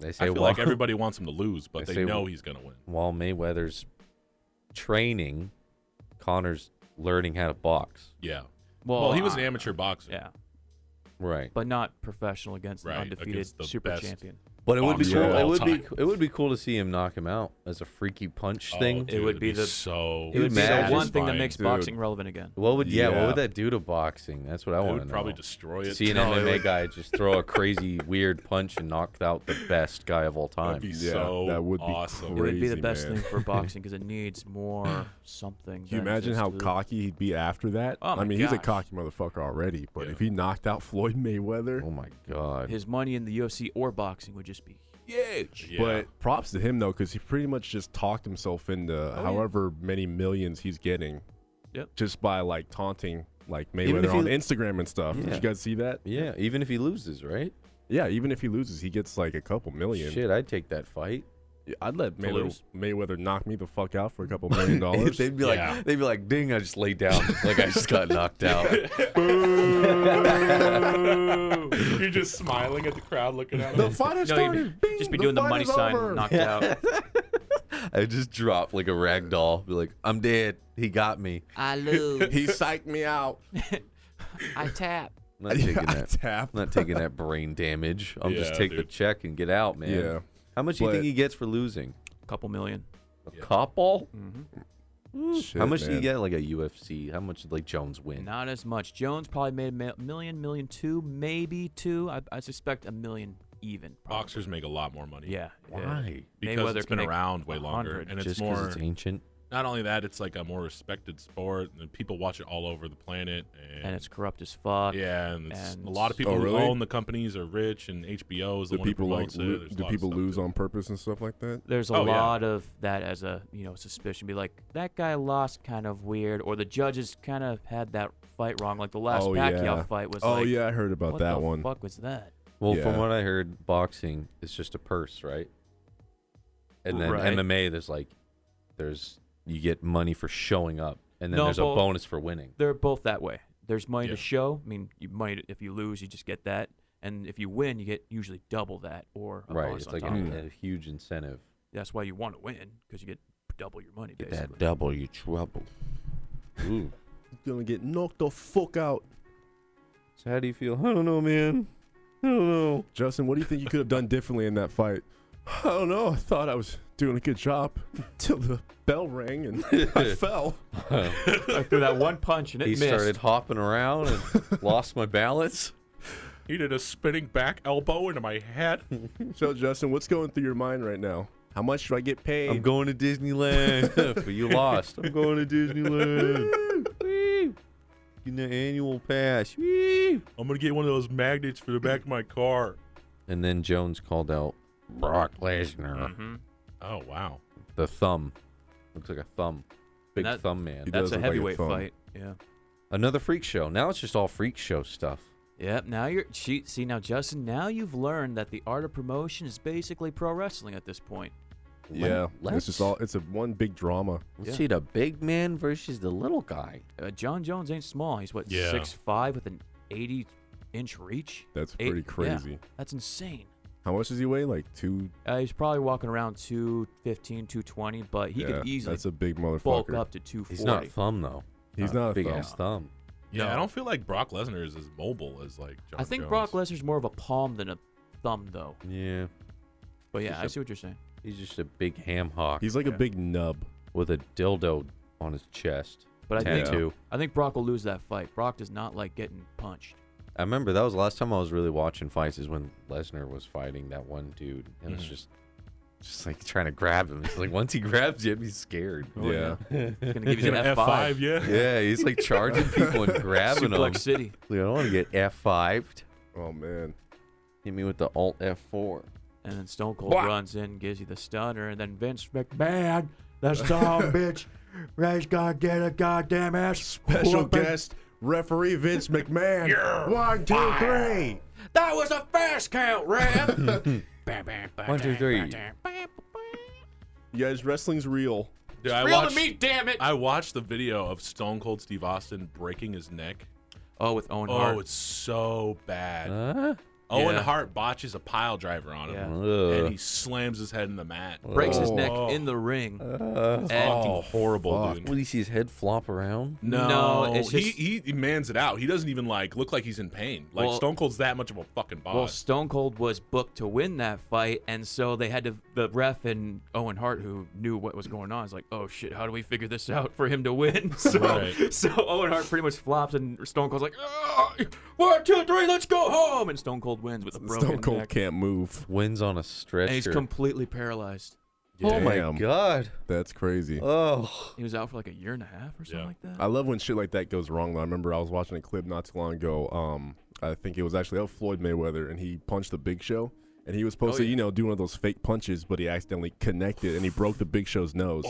S1: They say
S2: I feel
S1: while,
S2: like everybody wants him to lose, but
S1: I
S2: they
S1: say
S2: know
S1: wa-
S2: he's gonna win.
S1: while Mayweather's training, Connor's learning how to box.
S2: Yeah.
S4: Well,
S2: Well, he was an
S4: I-
S2: amateur boxer.
S4: Yeah,
S1: Right.
S4: but not professional against
S2: Right,
S4: an undefeated
S2: against the
S4: super
S2: best.
S4: champion.
S1: But it would be
S2: Boxer
S1: cool.
S3: of
S1: It
S2: all
S1: would be
S2: time.
S1: it would be cool to see him knock him out as a freaky punch
S2: Oh,
S1: thing.
S2: dude,
S4: It would
S2: it'd
S4: be the-
S2: so.
S1: it would be the
S4: the
S1: Imagine-
S4: one thing that makes
S3: Dude.
S4: boxing relevant again.
S1: What would yeah, What
S3: Yeah.
S1: would that do to boxing? That's what I
S2: It
S1: want to
S2: would
S1: know.
S2: probably destroy it.
S1: Oh,
S2: Oh,
S1: see an
S2: *laughs* No, it
S1: MMA
S2: would-
S1: guy just throw a crazy weird punch and knock out the best guy of all time.
S2: That'd be
S3: Yeah,
S2: so
S3: that would be
S2: awesome.
S4: it would be the
S3: Crazy,
S4: best
S3: man.
S2: *laughs*
S4: thing for boxing because it needs more
S3: Can
S4: something.
S3: you
S4: than
S3: imagine
S4: just
S3: how
S4: the-
S3: cocky he'd be after that?
S4: Oh
S3: I
S4: my
S3: mean, he's a
S4: gosh.
S3: cocky motherfucker already, but
S2: Yeah.
S3: if he knocked out Floyd Mayweather,
S1: Oh my god.
S4: his money in the UFC or boxing would just be
S2: Yeah.
S3: But props to him though, because he pretty much just talked himself into
S4: Oh, yeah.
S3: however many millions he's getting,
S4: Yep.
S3: just by like taunting like
S1: Even if
S3: Mayweather on
S1: he-
S3: Instagram and stuff. Did
S1: Yeah.
S3: you guys see that?
S1: yeah, even if he loses, right?
S3: Yeah, even if he loses, he gets like a couple million.
S1: Shit, I'd take that fight.
S3: I'd let Mayweather,
S1: *laughs*
S4: lose?
S3: Mayweather knock me the fuck out for a couple million dollars.
S1: they'd be
S2: Yeah.
S1: like, they'd be like, "Ding! I just laid
S2: *laughs*
S1: down. like I just got knocked out."
S2: *laughs* You're just smiling at the crowd, looking at
S3: the fight has
S4: No, you'd be-
S3: started. Bing,
S4: just be doing the
S3: fight
S4: money
S3: is
S4: sign,
S3: over.
S4: knocked out.
S1: I just drop like a rag doll. Be like, "I'm dead. He got me."
S4: *laughs* I lose.
S3: *laughs* He psyched me out.
S4: I tap.
S1: I'm not taking
S3: *laughs* I
S1: that.
S3: tapped.
S1: I'm not taking that brain damage. I'll just
S2: Yeah,
S1: take the
S2: dude.
S1: check and get out, man.
S3: Yeah.
S1: How much do you
S3: But-
S1: think he gets for losing?
S4: Couple million.
S1: A
S2: Yeah.
S1: couple?
S3: Mm. Shit,
S1: How much do you
S3: man.
S1: get like a UFC? How much did like Jones win?
S4: Not as much. Jones probably made a mil- million, million two, maybe two. I, I suspect a million even. probably.
S2: Boxers make a lot more money.
S4: Yeah. Yeah.
S1: Why?
S2: Because
S4: Mayweather
S2: it's been
S4: can make
S2: around way
S4: 100
S2: longer, and it's
S1: Just because
S2: more.
S1: it's ancient.
S2: not only that, it's like a more respected sport, and people watch it all over the planet. And,
S4: And it's corrupt as fuck.
S2: yeah, and, it's
S4: and-
S2: a lot of people
S3: Oh, really?
S2: who own the companies are rich, and HBO is the
S3: Do
S2: one
S3: people
S2: who
S3: like
S2: promotes
S3: lo-
S2: it. There's a
S3: do
S2: lot of
S3: people
S2: stuff
S3: lose
S2: to it.
S3: on purpose and stuff like that?
S4: There's a
S2: Oh, yeah.
S4: lot of that as a you know suspicion. Be like that guy lost kind of weird, or the judges kind of had that fight wrong. Like the last
S3: Oh,
S4: Pacquiao
S3: yeah.
S4: fight was
S3: Oh
S4: like,
S3: yeah, I heard about
S4: what
S3: that
S4: the
S3: one.
S4: fuck was that?
S1: Well, from
S3: Yeah.
S1: what I heard, boxing is just a purse, right? And then
S4: Right.
S1: MMA, there's like, there's you get money for showing up, and then
S4: No,
S1: there's a
S4: well-
S1: bonus for winning.
S4: They're both that way. There's money
S2: Yeah.
S4: to show. I mean, you money if you lose, you just get that, and if you win, you get usually double that or a
S1: right,
S4: bonus
S1: it's
S4: on
S1: like
S4: top
S1: a, Hmm.
S3: Mm.
S4: of that.
S1: a huge incentive.
S4: That's why you want to win because you get double your money. Basically.
S1: double, you trouble. Ooh.
S3: gonna get knocked the fuck out.
S1: So how do you feel? I don't know, man. I don't know.
S3: Justin, what do you think you could have done *laughs* differently in that fight? I don't know. I thought I was doing a good job *laughs* till the bell rang and *laughs* I fell.
S4: *laughs* I threw that one punch and it
S1: he
S4: missed.
S1: started hopping around *laughs* and lost my balance.
S2: He did a spinning back elbow into my head.
S3: So, Justin, what's going through your mind right now? How much do I get paid?
S1: I'm going to Disneyland, *laughs* but you lost. I'm going to Disneyland. *laughs* Woo! Getting an annual pass. Woo!
S2: I'm gonna get one of those magnets for the back of my car.
S1: And then Jones called out Brock Lesnar.
S4: Mm-hmm.
S1: *laughs*
S2: Oh wow.
S1: The thumb. Looks like a thumb. Big
S4: That-
S1: thumb man.
S3: He
S4: That's
S3: does
S4: a
S3: look like a
S4: heavyweight
S3: thumb.
S4: fight. Yeah.
S1: Another freak show. Now it's just all freak show stuff.
S4: Yep. Now you're she, see now Justin. Now you've learned that the art of promotion is basically pro wrestling at this point.
S3: yeah,
S1: Let-
S3: it's just all. It's a one big drama.
S1: Let's
S4: Yeah.
S1: see the big man versus the little guy.
S4: Uh, John Jones ain't small. He's what
S2: Yeah.
S4: six five with an eighty inch reach.
S3: That's
S4: Eight-
S3: pretty
S4: yeah,
S3: crazy.
S4: that's insane.
S3: How much does he weigh? Like two.
S4: Uh, he's probably walking around 215, 220, but he
S3: yeah,
S4: could easily
S3: That's a big
S4: bulk
S3: motherfucker.
S4: up to 240.
S1: He's not thumb though.
S3: He's not a
S1: big
S3: thumb.
S1: ass thumb.
S2: Yeah,
S4: No.
S2: I don't feel like Brock Lesnar is as mobile as like John
S4: I think
S2: Jones.
S4: Brock Lesnar's more of a palm than a thumb, though.
S1: Yeah,
S4: But yeah,
S1: Just
S4: I
S1: a-
S4: see what you're saying.
S1: he's just a big ham hock
S3: He's like a big nub.
S1: with a dildo on his chest.
S4: But I think
S1: tattoo.
S4: I think Brock will lose that fight. Brock does not like getting punched.
S1: I remember that was the last time I was really watching fights is when Lesnar was fighting that one dude, and it's
S2: Mhm.
S1: just, just like trying to grab him. It's like once he grabs him, he's scared.
S3: yeah.
S4: He's gonna give
S2: He's
S4: you an
S2: gonna
S4: F5.
S2: F five, yeah.
S1: Yeah, he's like charging people and grabbing them.
S4: Suplex City.
S1: I don't want to get F5'd.
S3: Oh man.
S1: Hit me with the Alt F4.
S4: And then Stone Cold runs in, gives you the stunner, and then Vince McMahon, that's dumb bitch. Ray's gonna get a goddamn ass.
S3: Special
S4: whooping.
S3: guest referee Vince McMahon. One, two, three.
S4: That was a fast count, Rev.
S1: One, two, three.
S3: You guys, wrestling's real.
S2: Dude, I
S4: Real
S2: watched,
S4: to me, damn it.
S2: I watched the video of Stone Cold Steve Austin breaking his neck.
S4: Oh, with Owen Hart.
S2: Oh, it's so bad.
S1: Huh?
S2: Owen
S4: Uh, yeah.
S2: Hart botches a pile driver on him, and
S1: Ugh.
S2: he slams his head in the mat.
S4: breaks his
S3: Uh. Oh.
S4: neck in the ring. And-
S2: Oh, horrible, dude.
S1: What, do you see his head flop around?
S2: No,
S4: No, it's
S2: he,
S4: just-
S2: he he mans it out. He doesn't even like look like he's in pain. Like
S4: Well-
S2: Stone Cold's that much of a fucking boss.
S4: Well, Stone Cold was booked to win that fight, and so they had to. The ref and Owen Hart, who knew what was going on, is like, "Oh shit, how do we figure this out for him to win?" *laughs* So,
S2: Right.
S4: so Owen Hart pretty much flops, and Stone Cold's like, "Ugh, "One, two, three, let's go home!" And Stone Cold wins with a broken
S3: Stone Cold
S4: neck,
S3: can't move.
S1: Wins on a
S4: and he's
S1: stretcher.
S4: completely paralyzed.
S1: oh
S3: Damn.
S1: my god.
S3: That's crazy.
S1: Oh.
S4: He was out for like a year and a half or something
S2: Yeah.
S4: like that.
S3: I love when shit like that goes wrong. Though I remember I was watching a clip not too long ago. Um, I think it was actually of Floyd Mayweather, and he punched the Big Show, and he was supposed
S4: Oh,
S3: to, you know, do one of those fake punches, but he accidentally connected, and he broke the Big Show's nose.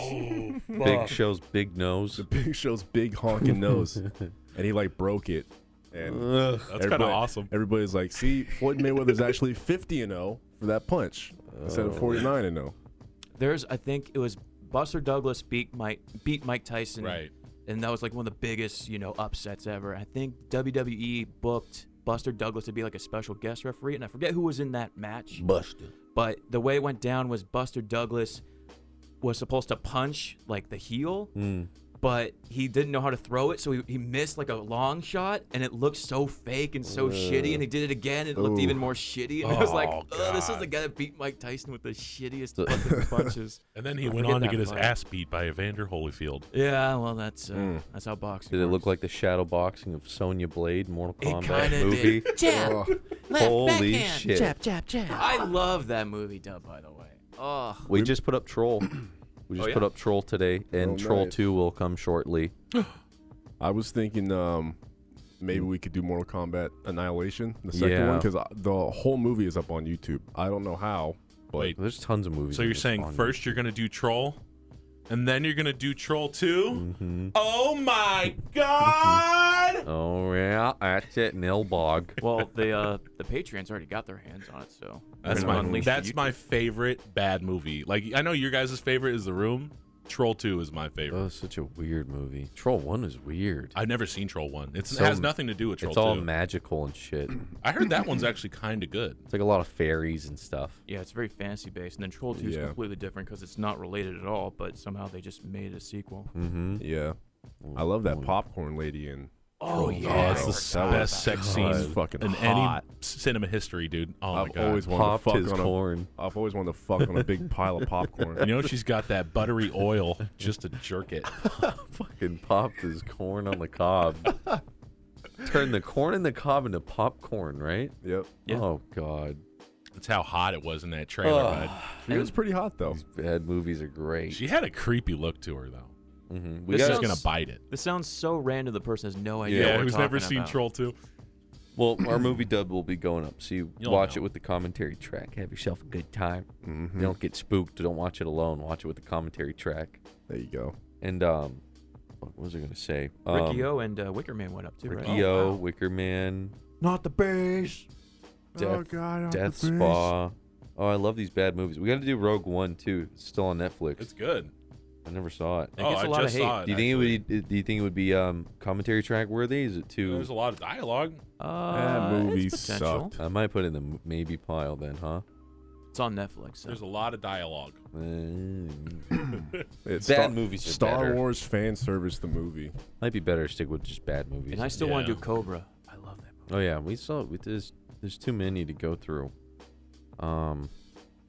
S1: Big Show's big nose.
S3: The Big Show's big honking nose,
S4: *laughs*
S3: and he like broke it. And
S1: Ugh.
S2: That's kind of
S3: everybody-
S2: awesome.
S3: Everybody's like, "See, Floyd Mayweather's actually 50 and 0 for that punch instead
S4: Oh,
S3: of 49 and oh." 0."
S4: There's, I think it was Buster Douglas beat Mike beat Mike Tyson,
S2: Right.
S4: And that was like one of the biggest, you know, upsets ever. I think WWE booked Buster Douglas to be like a special guest referee, and I forget who was in that match.
S1: Busted.
S4: But the way it went down was Buster Douglas was supposed to punch like the heel, but he didn't know how to throw it, so he, he missed like a long shot, and it looked so fake and so shitty. And he did it again, and it looked even more shitty. And I was like,
S2: Oh,
S4: "Ugh, this is
S2: God.
S4: the guy that beat Mike Tyson with the shittiest
S1: *laughs*
S4: fucking punches.
S2: And then he went
S4: forget
S2: on to
S4: that
S2: get his
S4: part.
S2: ass beat by Evander Holyfield.
S4: Yeah, well, that's uh, that's how boxing.
S1: Mm. Did it
S4: works.
S1: look like the shadow boxing of Sonya Blade, Mortal
S4: It
S1: Kombat
S4: kind of
S1: movie?
S3: *laughs*
S4: did. Jab,
S3: Oh,
S1: Holy shit.
S4: I love that movie dub, by the way. Oh,
S1: We just put up
S3: *clears throat*
S1: Troll. We just
S4: yeah?
S1: put up Troll today, and
S3: Oh,
S1: Troll
S3: nice.
S1: 2 will come shortly.
S3: I was thinking um, maybe we could do Mortal Kombat Annihilation, the second
S1: Yeah.
S3: one, because the whole movie is up on YouTube. I don't know how, but
S2: Wait,
S1: There's tons of movies.
S2: so you're
S1: *laughs*
S2: saying first you're gonna do Troll, and then you're gonna do Troll
S1: Mm-hmm.
S2: 2 Oh my God!
S1: Oh yeah, that's it. Nilbog.
S4: well, the uh, the Patreons already got their hands on it, so we're
S2: That's
S4: gonna
S2: my
S4: unleash
S2: that's
S4: you-
S2: my favorite bad movie. Like I know your guys' favorite is The Room. Troll Two is my
S1: That
S2: favorite.
S1: was Oh, such a weird movie. Troll One is weird.
S2: I've never seen Troll One. It's,
S1: So-
S2: it has nothing to do with Troll
S1: It's all
S2: Two.
S1: magical and shit.
S2: I heard that one's actually kind of good.
S1: It's like a lot of fairies and stuff.
S4: Yeah, it's very fantasy based, and then Troll Two is
S3: Yeah.
S4: completely different because it's not related at all. But somehow they just made a sequel.
S1: Mm-hmm.
S3: yeah, I love that popcorn lady and
S4: Oh
S2: Oh,
S4: yeah,
S2: it's the
S3: That was
S2: best sex scene
S3: hot. Fucking
S2: in
S3: hot.
S2: any cinema history, dude. Oh my
S3: I've
S2: god.
S3: always wanted to
S1: Popped
S3: fuck
S1: his
S3: on a,
S1: corn.
S3: I've always wanted to fuck on a big pile of popcorn.
S2: you know she's got that buttery oil just to jerk it.
S1: Fucking popped his corn on the
S2: *laughs*
S1: cob. Turned the corn and the cob into popcorn, right?
S3: Yep,
S4: *laughs* Yeah.
S1: Oh god,
S2: That's how hot it was in that trailer ride.
S3: it was pretty hot though.
S1: these bad movies are great.
S2: She had a creepy look to her though.
S1: Mhm. We
S4: This
S1: got
S2: She's
S4: sounds-
S2: gonna bite it.
S4: This sounds so random. The person has no idea.
S1: Yeah,
S4: what we're
S2: who's never
S4: talking
S2: seen
S4: about.
S2: Troll Two?
S1: well, our movie dub will be going up, so you
S2: *clears throat* You'll
S1: watch
S2: know. Mm-hmm.
S1: it with the commentary track. Have yourself a good time. You Don't get spooked. Don't watch it alone. Watch it with the commentary track.
S3: There you go.
S1: And um, what was I gonna say? Um,
S4: Ricky O and uh, Wicker Man went up too, right?
S1: Ricky E O, Wicker Man,
S4: Not the base.
S1: Death, Death Oh, Spa. Oh, I love these bad movies. We got to do Rogue One too. It's still on Netflix.
S2: It's good.
S1: I never saw it.
S4: It
S2: oh,
S4: gets
S2: I
S4: a lot of
S2: just
S4: hate.
S2: saw it.
S1: Do you think it would? Do you think it would be um, commentary track worthy? Is it too?
S2: There's a lot of dialogue.
S4: Uh, it's
S3: movie
S4: potential.
S3: sucked.
S1: I might put it in the m- maybe pile then, huh?
S4: It's on Netflix. So.
S2: There's a lot of dialogue.
S1: Mm.
S3: It's
S1: Bad
S3: Star-
S1: movies are
S3: Star
S1: better.
S3: Wars fan service, the movie.
S1: Might be better to stick with just bad movies.
S4: And I still want to
S2: Yeah.
S4: do Cobra. I love that movie.
S1: Oh yeah, we saw with this. There's too many to go through. Um,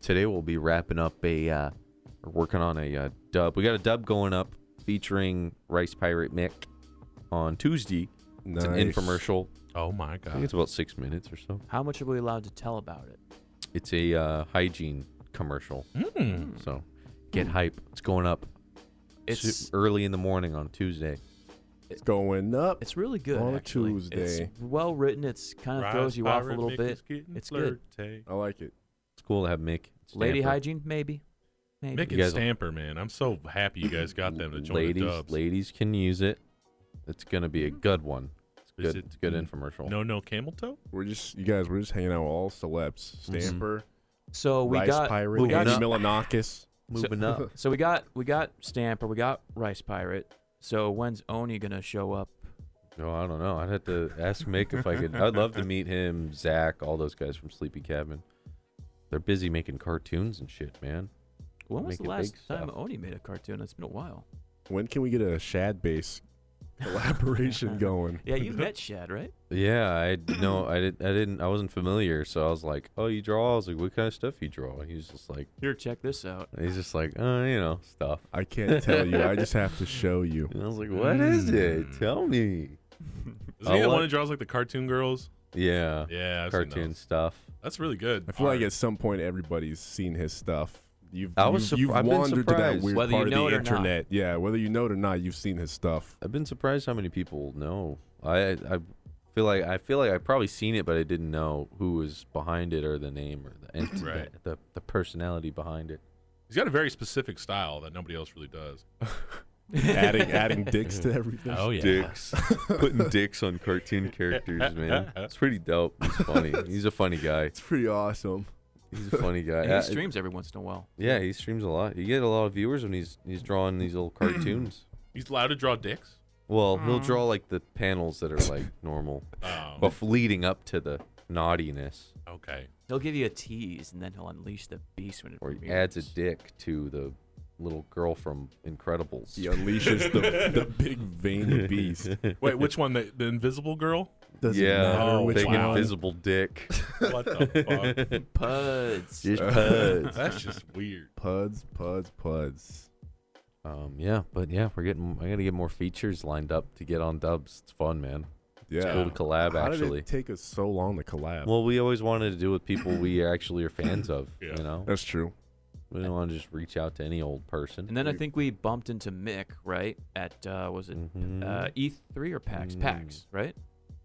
S1: today we'll be wrapping up a uh, we're working on a uh, dub. We got a dub going up featuring Rice Pirate Mick on Tuesday. It's an
S3: Nice.
S1: infomercial.
S2: Oh my
S1: I think
S2: god.
S1: it's about six minutes or so.
S4: How much are we allowed to tell about it?
S1: It's a uh, hygiene commercial.
S2: Mm.
S1: So get hype. It's going up.
S4: It's
S1: It's early in the morning on Tuesday.
S3: It's going up.
S4: it's really good.
S3: On a
S4: actually.
S3: Tuesday.
S4: It's well written. It's kind of throws you off a little bit. It's good.
S3: I like it.
S1: It's cool to have Mick.
S4: Lady
S1: Stamper.
S4: hygiene, maybe. Maybe.
S2: Mick
S1: You
S2: and
S1: guys-
S2: Stamper, man. I'm so happy you guys got them to join
S1: ladies,
S2: the dubs. Hmm.
S1: ladies can use it. It's gonna be a good one. It's
S2: Is
S1: good.
S2: it
S1: it's good
S2: n-
S1: infomercial.
S2: No, no, camel toe.
S3: We're just you guys. We're just hanging out with all celebs.
S1: Mm-hmm.
S3: Stamper,
S4: so we
S3: Rice
S4: got
S3: Pirate,
S4: we got
S3: Andy
S1: up.
S3: Milanakis.
S1: Moving up.
S4: so we got we got Stamper, we got Rice Pirate. So when's Oni gonna show up?
S1: No, Oh, I don't know. I'd have to ask Mick if I could. I'd love to meet him, Zach, all those guys from Sleepy Cabin. They're busy making cartoons and shit, man.
S4: When was
S1: Make
S4: the
S1: it big
S4: last time
S1: stuff.
S4: Oni made a cartoon? It's been
S2: *laughs*
S4: a while.
S3: *laughs* When can we get a Shad base collaboration going?
S4: Yeah, you met Shad, right?
S1: Yeah, I
S2: *clears throat*
S1: no, I didn't. I didn't. I wasn't familiar, so I was like, "Oh, you draw?" I was like, "What kind of stuff you draw?" And he was just like,
S4: Here, check this out.
S1: "He's just like, oh, you know, stuff."
S3: I can't tell you. I just have to show you.
S1: And I was like, "What is
S2: Mm.
S1: it? Tell me."
S2: Isn't he
S1: I'll
S2: the
S1: let-
S2: one who draws like the cartoon girls?
S4: Uh,
S1: Yeah,
S2: Yeah, I've seen those.
S1: cartoon stuff.
S2: That's really good.
S3: I feel like
S2: art.
S3: at some point everybody's seen his stuff. You've
S1: I was
S3: you've,
S1: surpri-
S3: you've
S1: I've been
S3: wandered to that
S1: surprised.
S3: weird
S4: Whether you
S3: part
S4: know
S3: of the
S4: it or not.
S3: internet. Yeah, whether you know it or not, you've seen his stuff.
S1: I've been surprised how many people know. I I feel like I feel like I probably seen it, but I didn't know who was behind it or the name or
S4: *laughs*
S1: the ent-
S2: Right.
S1: the, the the personality behind it.
S2: he's got a very specific style that nobody else really does.
S3: adding adding dicks to everything.
S2: yeah.
S1: *laughs* putting dicks on cartoon characters,
S4: *laughs*
S1: man. It's pretty dope. He's *laughs* funny. He's a funny guy.
S3: It's pretty awesome.
S1: He's a funny guy.
S4: And
S1: Uh,
S4: he streams every once in a while.
S1: yeah, he streams a lot. He get a lot of viewers when he's he's drawing these little cartoons.
S2: He's allowed to draw dicks.
S1: Well,
S4: Mm.
S1: he'll draw like the panels that are like normal,
S2: Oh,
S1: but leading up to the naughtiness,
S4: *laughs*
S2: okay.
S4: He'll give you a tease, and then he'll unleash the beast when it
S1: or he
S4: premieres.
S1: adds a dick to the little girl from Incredibles.
S3: *laughs* He unleashes the, the big
S1: *laughs*
S3: veiny beast.
S2: Wait, which one? The, the invisible
S4: *laughs*
S2: girl?
S3: Doesn't
S1: yeah,
S3: matter
S2: Oh,
S3: which
S1: big
S2: one. wow.
S1: invisible dick.
S2: What the fuck?
S3: *laughs*
S4: Puds.
S1: Just
S4: Uh,
S1: puds.
S2: *laughs* That's just weird.
S3: Puds, puds, puds.
S1: *laughs* Um, yeah, but yeah, we're getting. I gotta get more features lined up to get on dubs. It's fun, man.
S3: Yeah.
S1: Cool to collab
S3: How
S1: actually.
S3: did it take us so long to collab?
S1: Well, we always wanted to do with people we actually are fans of.
S2: Yeah.
S1: You know,
S3: That's true.
S1: we don't want to just reach out to any old person.
S4: And then I think we bumped into Mick, right? At uh, was it
S1: Mhm.
S4: uh, E3 or PAX?
S1: Mm.
S4: PAX, right?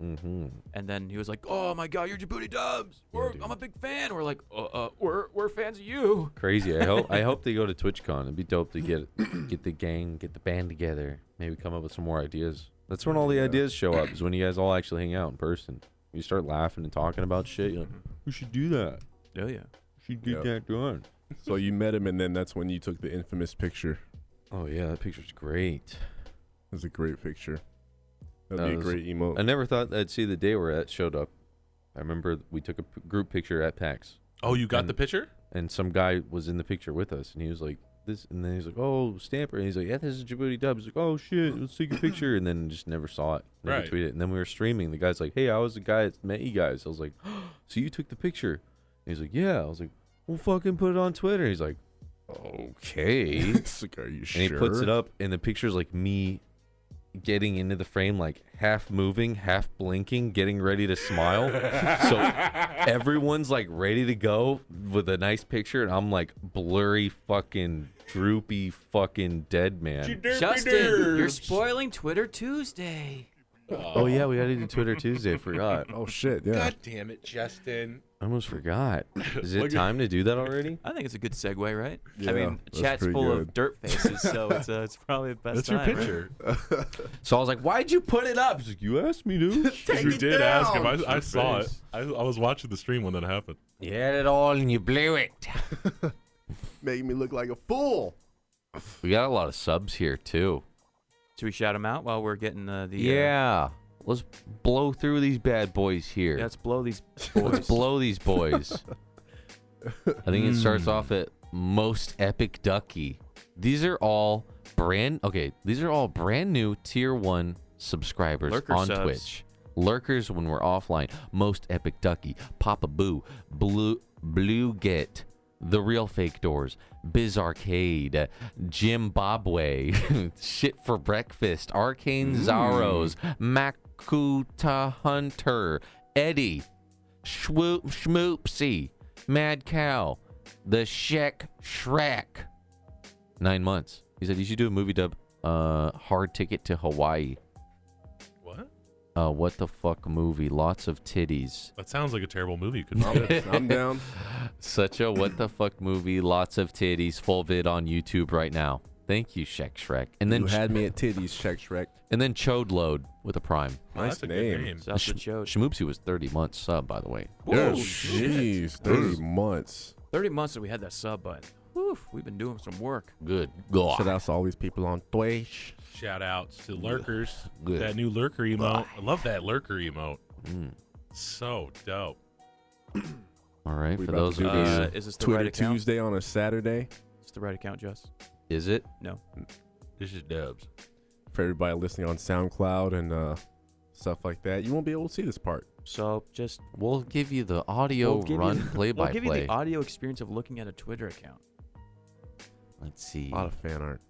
S1: mm-hmm.
S4: And then he was like, "Oh my God, you're Djibouti Dubs!
S1: Yeah,
S4: We're,
S1: dude.
S4: I'm a big fan." We're like, uh, uh, "We're we're fans of you."
S1: Crazy. I *laughs* hope I hope they go to TwitchCon. It'd be dope to get get the gang, get the band together, maybe come up with some more ideas. That's when all the ideas show up. Is when you guys all actually hang out in person. You start laughing and talking about shit. You're like, we should do that.
S4: Oh yeah.
S1: We should get
S3: Yeah.
S1: that done.
S3: So you met him, and then that's when you took the infamous picture.
S1: Oh yeah, that picture's great.
S3: It was a great picture. That'd
S1: That
S3: be a
S1: was-
S3: great emote.
S1: I never thought I'd see the day where that showed up. I remember we took a p- group picture at PAX,
S2: Oh, you got
S1: And-
S2: the picture?
S1: and some guy was in the picture with us, and he was like, "This," and then he's like, "Oh, Stamper," and he's like, "Yeah, this is Djibouti Dubs." Like, "Oh shit, let's take a picture," and then just never saw it, never
S2: Right.
S1: tweeted. it. And then we were streaming. The guy's like, "Hey, I was the guy that met you guys." I was like, *gasps* "So you took the picture?" And he's like, "Yeah." I was like, "Well, fucking put it on Twitter." He's like, "Okay."
S3: *laughs* It's like, are you sure?
S1: and he puts it up and the picture's like me getting into the frame like half moving half blinking getting ready to
S2: *laughs*
S1: smile so everyone's like ready to go with a nice picture and i'm like blurry fucking droopy fucking dead man
S4: Justin, you're spoiling Twitter Tuesday.
S1: oh yeah we gotta do twitter tuesday I forgot
S3: Oh shit! Yeah.
S2: God damn it, Justin.
S1: *laughs* i almost forgot is
S2: Look
S1: it
S2: at-
S1: time to do that already
S4: I think it's a good segue, right?
S3: Yeah,
S4: I mean,
S3: that's
S4: chat's
S3: pretty
S4: full of
S3: good.
S4: dirt faces,
S3: *laughs*
S4: so it's uh, it's probably the best.
S2: That's your
S4: time, right?
S2: picture.
S1: so i was like why'd you put it up he's like you asked me to
S2: You did ask him. I, I saw it. I, I was watching the stream when that happened.
S1: you had it all and you blew it
S3: Make me look like a fool.
S1: We got a lot of subs here too.
S4: Should we shout him out while we're getting uh, the? uh,
S1: Yeah. Let's blow through these bad boys here.
S4: let's blow these
S1: Let's
S4: boys.
S1: blow these boys.
S4: *laughs*
S1: I think it
S4: Hmm.
S1: starts off at most epic ducky. These are all brand okay. These are all brand new tier one subscribers
S4: Lurker
S1: on
S4: subs.
S1: Twitch. Lurkers when we're offline. Most epic ducky. Papa Boo. Blue Blue Get. The real fake doors. Biz Arcade. Zimbabwe. *laughs* Shit for breakfast. Arcane Zaros. Makuta Hunter. Eddie. Schwoop Schmoopsy, Mad Cow, The Sheck Shrek. Nine months. He said you should do a movie dub, uh, Hard Ticket to Hawaii.
S2: What?
S1: Uh, what the fuck movie? Lots of titties.
S2: That sounds like a terrible movie. Could be good.
S1: *laughs*
S3: I'm down.
S1: Such a what the fuck movie? Lots of titties. Full vid on YouTube right now. Thank you, Sheck Shrek. And then
S3: You had me at titties, check Shrek.
S1: and then Chode Load with a prime.
S2: Wow, that's
S3: Nice
S2: a good
S3: name.
S4: Shout out to Joe.
S1: Shmoopsy was 30 months sub, by the way.
S3: Oh,
S4: Whoa,
S3: jeez, thirty months.
S4: Thirty months that we had that sub button. Whew, we've been doing some work.
S1: Good god.
S5: Shout out to all these people on Twitch.
S2: Shout outs to lurkers.
S1: Good.
S2: That new lurker emote. I love that lurker emote.
S1: Mm.
S2: So dope.
S1: All right,
S3: We
S1: for
S3: about
S1: those
S3: to do
S1: of
S3: this.
S1: you,
S4: Uh, is this the
S3: Twitter
S4: right account?
S3: Tuesday on a Saturday
S4: It's the right account, Jess.
S1: is it?
S2: This is dubs.
S3: for everybody listening on SoundCloud and uh, stuff like that. You won't be able to see this part.
S4: So just
S1: We'll give you the audio
S4: we'll give you
S1: run
S4: the- *laughs*
S1: play by
S4: We'll give
S1: play.
S4: you the audio experience of looking at a Twitter account.
S1: Let's see.
S3: A lot of fan art.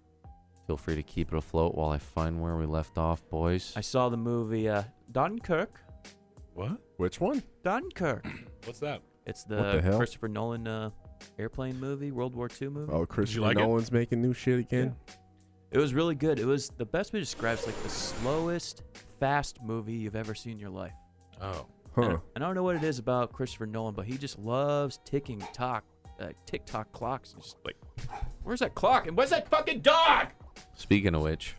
S1: Feel free to keep it afloat while I find where we left off, boys.
S4: I saw the movie uh, Dunkirk.
S2: What?
S3: Which one?
S4: Dunkirk.
S2: What's that?
S4: It's
S3: What
S4: the
S3: the hell?
S4: Christopher Nolan uh, airplane movie, World War II movie.
S3: Oh, Christopher
S2: like it?
S3: Nolan's making new shit again.
S4: It was really good. It was the best way to describe it's like the slowest, fast movie you've ever seen in your life.
S2: Oh.
S4: And,
S3: Huh?
S4: and I don't know what it is about Christopher Nolan, but he just loves ticking tock, uh, tick tock clocks. And just like, where's that clock? And where's that fucking dog?
S1: Speaking of which,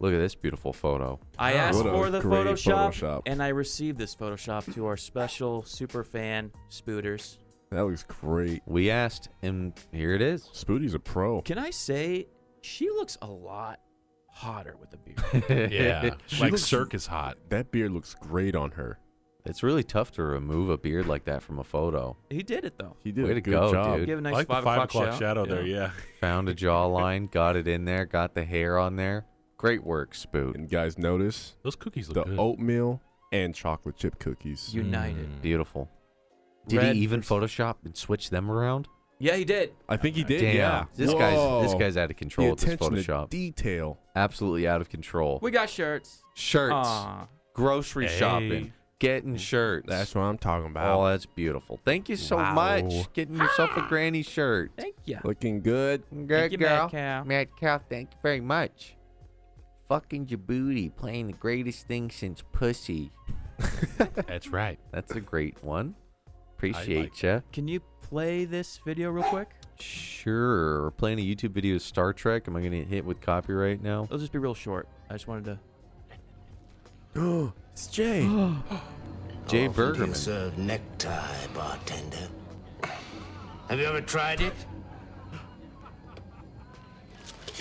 S1: look at this beautiful photo.
S4: I
S2: Oh,
S4: asked
S3: what a
S4: for the
S3: great
S4: Photoshop,
S3: Photoshop.
S4: and I received this Photoshop to our special super fan Spooters.
S3: That looks great.
S1: We asked, and here it
S3: *laughs*
S1: is.
S3: Spooty's a pro.
S4: Can I say she looks a lot hotter with a beard?
S1: *laughs*
S2: Yeah.
S3: She
S2: like
S3: looks-
S2: circus hot.
S3: That beard looks great on her.
S1: It's really tough to remove a beard like that from a photo.
S4: he did it though.
S3: He did
S1: Way
S3: a
S1: to
S3: good
S1: go,
S3: job.
S1: dude.
S4: Give a nice
S2: I like
S4: five,
S2: the five o'clock, shadow
S4: Yeah.
S2: there. Yeah.
S1: Found a jawline, got it in there, got the hair on there. Great work, Spoot.
S3: And guys, notice
S2: Those cookies
S3: the
S2: look good.
S3: oatmeal and chocolate chip cookies.
S4: United.
S1: Beautiful. Hmm. Did
S4: Red
S1: he even
S4: versus-
S1: Photoshop and switch them around?
S4: Yeah, he did.
S3: I think he did.
S1: Damn,
S3: Yeah.
S1: this guy's this
S3: Whoa.
S1: guy's out of
S3: the
S1: control with this
S3: attention to
S1: Photoshop.
S3: detail.
S1: Absolutely out of control.
S4: We got shirts.
S1: Shirts,
S4: Aw.
S1: grocery
S2: Hey.
S1: shopping, getting shirts.
S3: That's what I'm talking about.
S1: Oh, that's beautiful. Thank you so
S3: Wow.
S1: much. Getting yourself a
S3: *gasps*
S1: granny shirt.
S4: Thank you.
S3: Looking good.
S1: Good
S4: Thank you, Mad Cow.
S1: Mad Cow, thank you very much. Fucking Djibouti playing the greatest thing since pussy.
S2: That's right.
S1: That's a great one. Appreciate
S2: like
S1: ya.
S4: Can you play this video real quick?
S1: Sure. We're playing a YouTube video of Star Trek. Am I going to get hit with copyright now?
S4: It'll just be real short. I just wanted to.
S3: It's Jay. Oh,
S1: Jay
S6: Often
S1: Bergerman.
S6: you serve necktie, bartender. Have you ever tried it?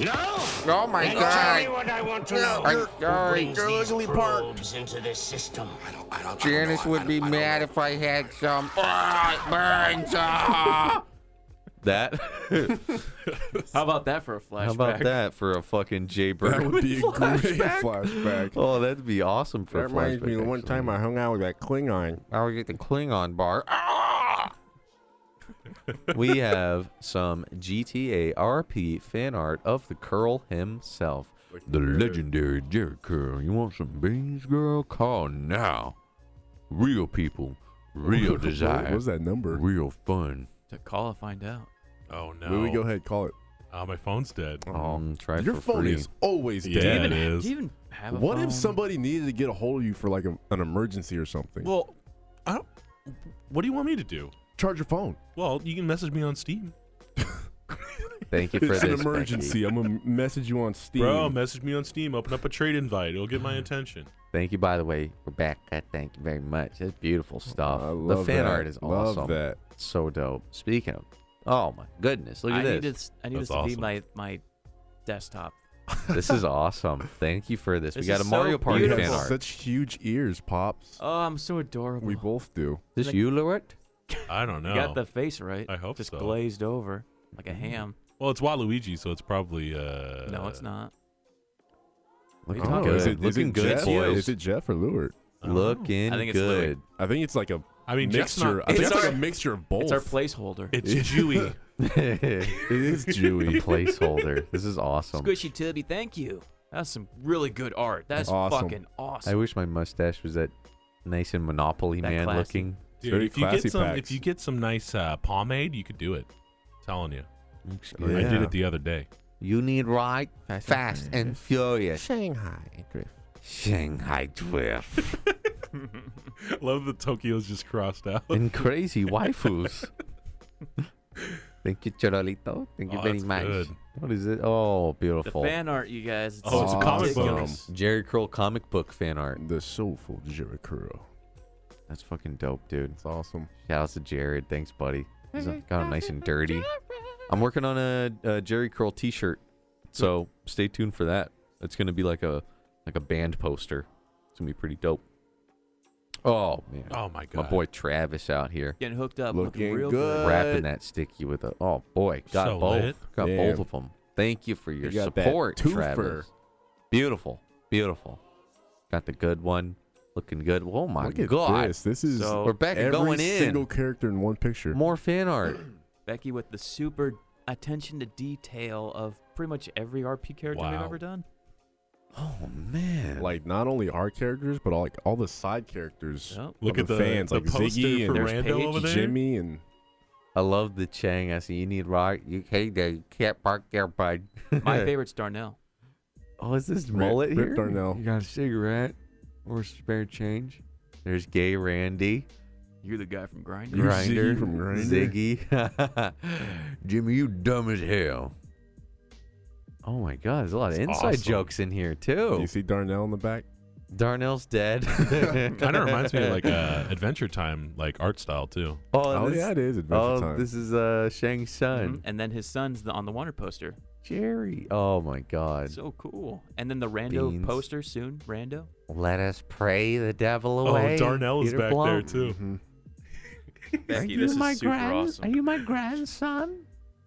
S6: No. Oh my then God! Tell me what I want to know. Who brings these probes into this system? I don't, I don't, Janice would be mad if I had some. Ah.
S1: That? *laughs*
S4: How about that for a flashback?
S1: How about that for a fucking Jay
S3: That
S1: Bergerman?
S3: would *laughs* be a great flashback.
S1: Oh, that'd be awesome for
S3: that
S1: a
S3: reminds me
S1: flashback,
S3: of the one
S1: actually.
S3: time I hung out with that Klingon.
S1: I was at the Klingon bar. Ah! *laughs* we have some GTA RP fan art of the Curl himself. The legendary Jerry Curl. You want some beans, girl? Call now. Real people, *laughs* real desire,
S3: What was that number?
S1: real fun.
S4: To call and find out.
S2: Oh no.
S3: Will we go ahead call it? Mm-hmm.
S2: Oh, my phone's dead.
S1: Um, try
S3: Your
S1: for
S3: phone
S1: free.
S3: is always
S2: Yeah,
S3: dead.
S2: it
S4: Do
S2: is.
S4: you even have a
S3: What
S4: phone?
S3: if somebody needed to get a hold of you for like a, an emergency or something?
S2: Well, I don't. What do you want me to do?
S3: Charge your phone.
S2: Well, you can message me on Steam.
S1: *laughs* Thank you for
S3: It's
S1: this.
S3: an emergency.
S1: Becky.
S3: I'm gonna message you on Steam.
S2: Bro, message me on Steam. Open up a trade invite. It'll get my attention.
S1: Thank you, by the way, Rebecca. Thank you very much. That's beautiful stuff.
S3: I love
S1: the fan
S3: that.
S1: art is
S3: love
S1: awesome.
S3: that.
S1: So dope. Speaking of, oh my goodness, look at
S4: I
S1: this.
S4: Need this I need
S2: That's
S4: this to be
S2: awesome.
S4: my my desktop.
S1: This is awesome. Thank you for this. we
S4: This
S1: got a
S4: is
S1: Mario
S4: so
S1: Party
S4: beautiful.
S1: fan art.
S3: Such huge ears, pops.
S4: Oh, I'm so adorable.
S3: We both do.
S1: Is this you, Lewitt?
S2: I don't know.
S4: You got the face right.
S2: I hope
S4: Just
S2: so.
S4: glazed over like a ham.
S2: well, it's Waluigi, so it's probably. Uh,
S4: no, it's not.
S1: Looking
S4: It's not
S3: Oh,
S1: good.
S3: Is it, is
S1: Looking
S3: it
S1: good,
S3: Jeff?
S1: boys.
S3: Is it Jeff or Lewert?
S2: I don't know.
S1: Looking
S4: I think it's Louis.
S1: good.
S3: I think it's like a
S2: I mean, Jeff's
S3: mixture.
S2: not-
S3: I think
S4: it's
S3: it's like
S4: our-
S3: a mixture of both.
S4: It's our placeholder.
S2: It's Chewy. *laughs*
S1: it is Jewy. placeholder. This is awesome.
S4: Squishy Tubby, thank you. That's some really good art. That's
S3: Awesome.
S4: fucking
S1: I
S4: awesome.
S1: wish my mustache was that nice and Monopoly
S4: That
S1: man
S4: classy.
S1: looking.
S2: Dude,
S3: very
S2: if you
S3: classy
S2: get some,
S3: packs.
S2: if you get some nice uh, pomade, you could do it. telling you, I
S1: Yeah.
S2: did it the other day.
S1: You need ride fast and furious.
S5: Shanghai Griff.
S1: Shanghai Drift.
S2: *laughs* Love that Tokyo's just crossed out. *laughs*
S1: and crazy waifus. Thank you, Chorolito. Thank you
S2: Oh,
S1: very
S2: that's
S1: much.
S2: good.
S1: What is it? Oh,
S4: the
S1: beautiful.
S4: fan art, you guys. It's
S2: Oh, it's a comic book.
S4: ridiculous.
S1: Jerry Curl comic book fan art.
S3: The soulful Jerry Curl.
S1: That's fucking dope, dude.
S3: It's awesome.
S1: Shout out to Jared. Thanks, buddy. He's got him nice and dirty. I'm working on a, a Jerry Curl T-shirt, so stay tuned for that. It's gonna be like a like a band poster. It's gonna be pretty dope. Oh man,
S2: Oh my god,
S1: my boy Travis out here
S4: Getting hooked up,
S3: Looking
S4: real
S3: good.
S1: wrapping that sticky with a. Oh boy, got
S2: So
S1: both,
S2: lit.
S1: got
S3: Damn.
S1: both of them. Thank you for your
S3: You got that
S1: support,
S3: twofer.
S1: Travis. Beautiful, beautiful. Got the good one, looking good. Oh my
S3: Look at
S1: god,
S3: this. This is
S4: So-
S1: Rebecca
S3: every
S1: going in.
S3: single character in one picture.
S1: more fan
S3: *clears throat*
S1: art.
S4: Becky with the super attention to detail of pretty much every RP character we've
S2: Wow.
S4: ever done.
S1: Oh man,
S3: Like not only our characters, but all like all the side characters.
S4: Yep.
S2: Look
S3: of
S2: at the
S3: fans
S2: the
S3: like
S2: poster
S3: Ziggy
S2: for
S3: and
S4: there's
S2: Rando
S4: Paige,
S2: over there.
S3: Jimmy and
S1: I love the Chang. I see you need right. You hey there, you can't park there,
S2: *laughs*
S1: bud.
S4: My favorite's Darnell.
S1: *laughs* Oh, is this
S3: Rip-
S1: mullet
S3: Rip
S1: here?
S3: Darnell.
S1: You got a cigarette or spare change? There's Gay Randy,
S4: You're the guy from Grindr.
S3: You
S1: Grinder,
S3: Ziggy from Grindr?
S1: Ziggy, Jimmy. You dumb as hell. Oh my God, there's a lot of inside
S2: awesome.
S1: jokes in here
S3: Do
S1: too.
S3: you see Darnell in the back?
S1: Darnell's dead.
S2: Kind of reminds me
S1: *laughs*
S2: of like
S3: *laughs*
S2: uh, Adventure Time, like art style too.
S1: oh,
S3: Oh,
S1: this,
S3: yeah, it is Adventure
S1: oh,
S3: Time.
S1: this is uh Shang's son,
S4: Mhm. And then his son's the, on the Wonder poster.
S1: Jerry. Oh my God.
S4: So cool. And then the Rando
S1: Beans.
S4: poster soon. Rando.
S1: Let us pray the devil
S2: Oh,
S1: away.
S2: Darnell is
S1: Peter
S2: back
S1: Blum.
S2: there too.
S3: Mhm.
S4: Becky, this is super awesome.
S1: you my grandson?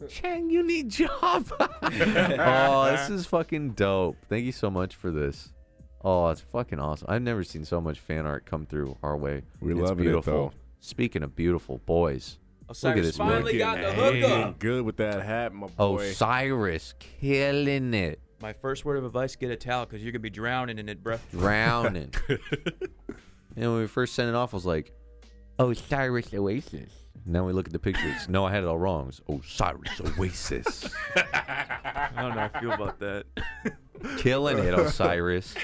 S1: Chang, you need
S3: *laughs*
S1: job. oh, this is fucking dope. Thank you so much for this. Oh, it's fucking awesome. I've never seen so much fan art come through our way.
S3: We
S1: it's
S3: loving it,
S1: beautiful.
S3: though.
S1: Speaking of beautiful boys. Look at this
S3: Looking
S1: man.
S3: hanging good with that hat, my
S1: Oh,
S3: boy.
S1: Osiris killing it.
S4: My first word of advice: get a towel because you're gonna be drowning in it, bruh.
S3: *laughs*
S1: Drowning. and when we first sent it off, I was like, Osiris Oasis. Now we look at the pictures. No, I had it all wrong. It's Osiris
S3: *laughs*
S1: Oasis.
S4: I don't know how I feel about that.
S1: killing it, Osiris.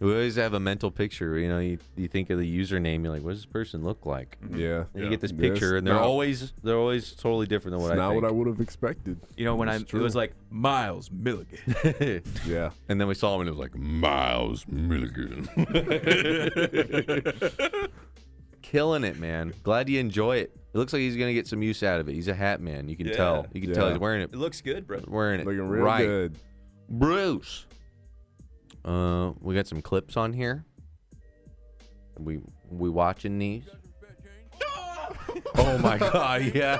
S1: we always have a mental picture. You know, you, you think of the username, you're like, what does this person look like?
S3: yeah.
S1: And you get this
S3: Yes,
S1: picture, and they're
S3: no,
S1: always they're always totally different than
S3: it's
S1: what I
S3: not
S1: think.
S3: what I would have expected.
S4: You know, when I
S3: It's
S4: it
S3: true.
S4: was like Miles Milligan. *laughs*
S1: *laughs*
S3: yeah.
S1: and then we saw him, and it was
S3: "Mm."
S1: like Miles Milligan, killing it, man. Glad you enjoy it. It looks like he's gonna get some use out of it. He's a hat man. You can
S4: Yeah.
S1: tell. You can tell
S3: Yeah.
S1: he's wearing it.
S4: It looks good, bro.
S1: Wearing it.
S3: *laughs* Looking real
S1: right.
S3: good.
S1: Bruce. Uh, we got some clips on here. We we watching these. oh my god, *laughs* yeah,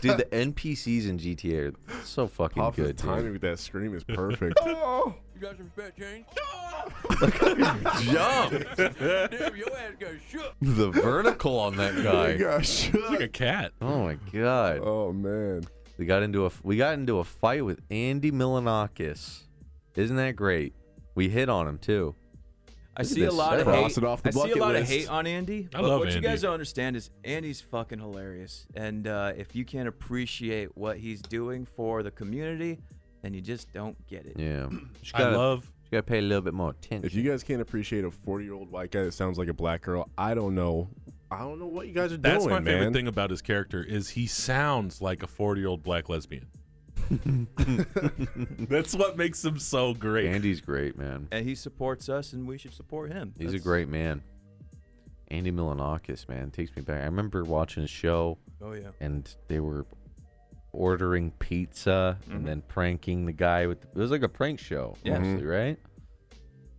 S1: dude. The NPCs in GTA are so fucking
S3: Pops'
S1: good. dude.
S3: timing with that scream
S2: *laughs*
S3: is perfect.
S2: Oh,
S7: You got some fat change?
S1: *laughs* Jump
S7: Damn, your ass got shook.
S1: the vertical on
S3: *laughs*
S1: that guy.
S3: gosh.
S2: Like a cat.
S1: Oh my god,
S3: *laughs* Oh man.
S1: we got into a we got into a fight with Andy Milanakis. Isn't that great? We hit on him too.
S4: I
S1: Look at
S4: see a
S1: this.
S4: lot of
S3: Cross
S4: hate.
S3: it off the
S4: I see a
S3: bucket
S4: lot of
S3: list.
S4: hate on Andy.
S2: I
S4: but
S2: love
S4: what you guys
S2: Andy.
S4: don't understand is Andy's fucking hilarious. And uh, if you can't appreciate what he's doing for the community, then you just don't get it.
S1: Yeah, just
S2: I
S1: gotta,
S2: love.
S1: just gotta pay a little bit more attention.
S3: If you guys can't appreciate a 40 year old white guy that sounds like a black girl, I don't know. I don't know what you guys are
S2: That's
S3: doing,
S2: my favorite
S3: man.
S2: thing about his character is he sounds like a forty-year-old black
S3: *laughs*
S2: lesbian. *laughs* That's what makes him so great.
S1: Andy's great, man.
S4: And he supports us, and we should support him.
S1: He's
S4: That's-
S1: a great man. Andy Milanakis, man, takes me back. I remember watching a show
S4: Oh yeah.
S1: and they were ordering pizza
S2: Mm-hmm.
S1: and then pranking the guy with it was like a prank show,
S4: Yeah.
S1: mostly, right?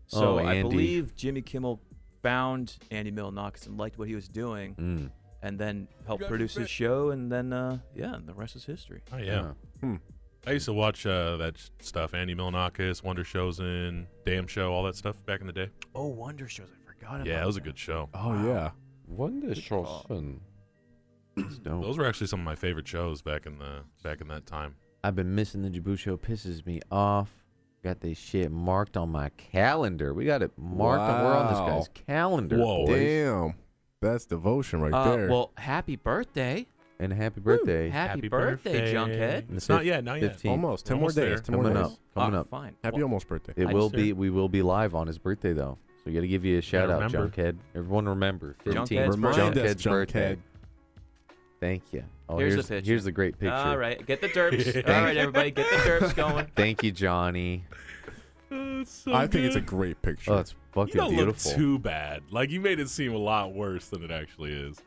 S4: So
S1: Oh,
S4: I
S1: Andy.
S4: believe Jimmy Kimmel found Andy Milonakis and liked what he was doing,
S1: Mm.
S4: and then helped
S7: Got
S4: produce his
S7: respect.
S4: show. And then, uh, yeah, and the rest is history.
S2: Oh yeah. I used to watch uh, that sh- stuff, Andy Milonakis, Wonder Shows in Damn Show, all that stuff back in the day.
S4: Oh, Wonder Shows! I forgot about.
S2: Yeah, it was a
S4: that.
S2: good show.
S3: Oh yeah.
S1: Wonder Shosen.
S2: Those were actually some of my favorite shows back in the back in that time.
S1: I've been missing the Jabu show. Pisses me off. Got this shit marked on my calendar. We got it marked. on We're on
S3: Wow.
S1: this guy's calendar.
S2: Whoa.
S1: boys.
S3: Damn. That's devotion right
S4: Uh,
S3: there.
S4: well, happy birthday!
S1: And happy birthday.
S4: Happy, birthday, Junkhead!
S1: The
S2: It's not
S1: fif-
S2: yet, not yet.
S1: 15th.
S3: almost. Ten
S2: Almost
S3: more
S2: there.
S3: days. Ten more
S1: Coming
S3: days.
S1: up. Coming
S4: Ah,
S1: up.
S4: fine.
S3: Happy
S4: Well,
S3: almost birthday.
S1: It
S4: I
S1: will
S4: just-
S1: be. We will be live on his birthday though. So we got to give you a shout out,
S2: remember.
S1: Junkhead. Everyone remember. 15th.
S4: Junkhead's
S3: Remind us,
S1: Junkhead's birthday.
S3: Junkhead.
S1: Thank you. Oh,
S4: Here's
S1: here's,
S4: the picture.
S1: Here's the great picture.
S4: All right, get the derps. All right, everybody, get the derps going.
S1: Thank you, Johnny.
S3: I think it's a great picture.
S1: Oh, it's
S2: You
S1: fucking
S2: don't
S1: beautiful.
S2: look too bad. Like you made it seem a lot worse than it actually is.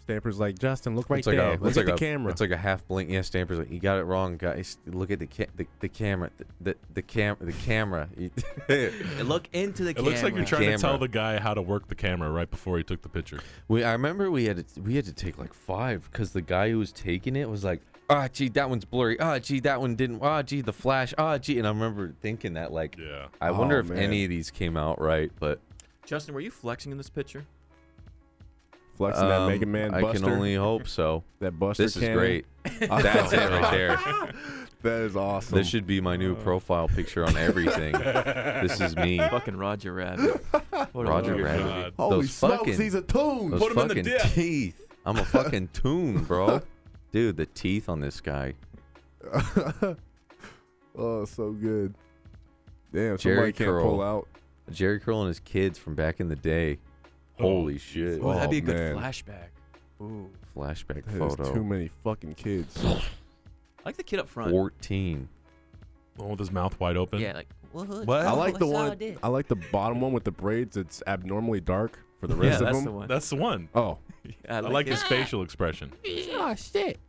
S3: Stamper's like Justin. Look right
S1: it's like a,
S3: there. look
S1: it's like
S3: at the
S1: a,
S3: camera.
S1: It's like a half blink. Yeah, Stamper's like, you got it wrong, guys. Look at the ca- the, the camera, the the, the cam the camera.
S4: *laughs*
S1: *laughs*
S4: Look into the
S2: It looks like you're trying to tell
S1: Camera.
S2: the guy how to work the camera right before he took the picture.
S1: we I remember we had to, we had to take like five because the guy who was taking it was like, ah, gee, that one's blurry. Ah, gee, that one didn't. Ah, gee, the flash. Ah, gee, and I remember thinking that like,
S2: Yeah.
S1: I wonder
S3: Oh,
S1: if
S3: man.
S1: any of these came out right, but
S4: Justin, were you flexing in this picture?
S3: flexing that
S1: um,
S3: Mega Man
S1: I
S3: Buster.
S1: can only hope so.
S3: that Buster.
S1: This is
S3: cannon. *laughs*
S1: great. That's it right there.
S3: That is awesome.
S1: This should be my new profile picture on everything. this is
S3: *laughs*
S1: me.
S4: Fucking Roger Rabbit. What a
S1: Roger
S4: loser.
S1: Rabbit.
S2: God.
S3: Holy
S1: Those
S3: smokes,
S1: fucking-
S3: he's a toon.
S1: Those
S2: Put 'em in the
S1: fucking
S2: dip.
S1: teeth. I'm a fucking toon,
S3: *laughs*
S1: bro. Dude, the teeth on this guy.
S3: *laughs* oh, so good. Damn,
S1: Jerry
S3: somebody can't
S1: Curl.
S3: pull out.
S1: Jerry Curl and his kids from back in the day. Holy shit. Oh,
S4: Ooh, that'd be a good
S3: man.
S4: flashback. Ooh,
S1: Flashback
S3: There's
S1: photo.
S3: too many fucking kids.
S4: I like the kid up front.
S1: 14.
S2: The one with his mouth wide open.
S4: yeah, like what?
S3: I like the one. I like the bottom one with the braids. It's abnormally dark for the
S4: Yeah,
S3: rest
S4: that's
S3: of
S4: the
S3: them.
S4: one.
S2: That's the one.
S3: Oh,
S4: I
S2: I like
S4: it.
S2: his facial expression.
S5: Oh shit!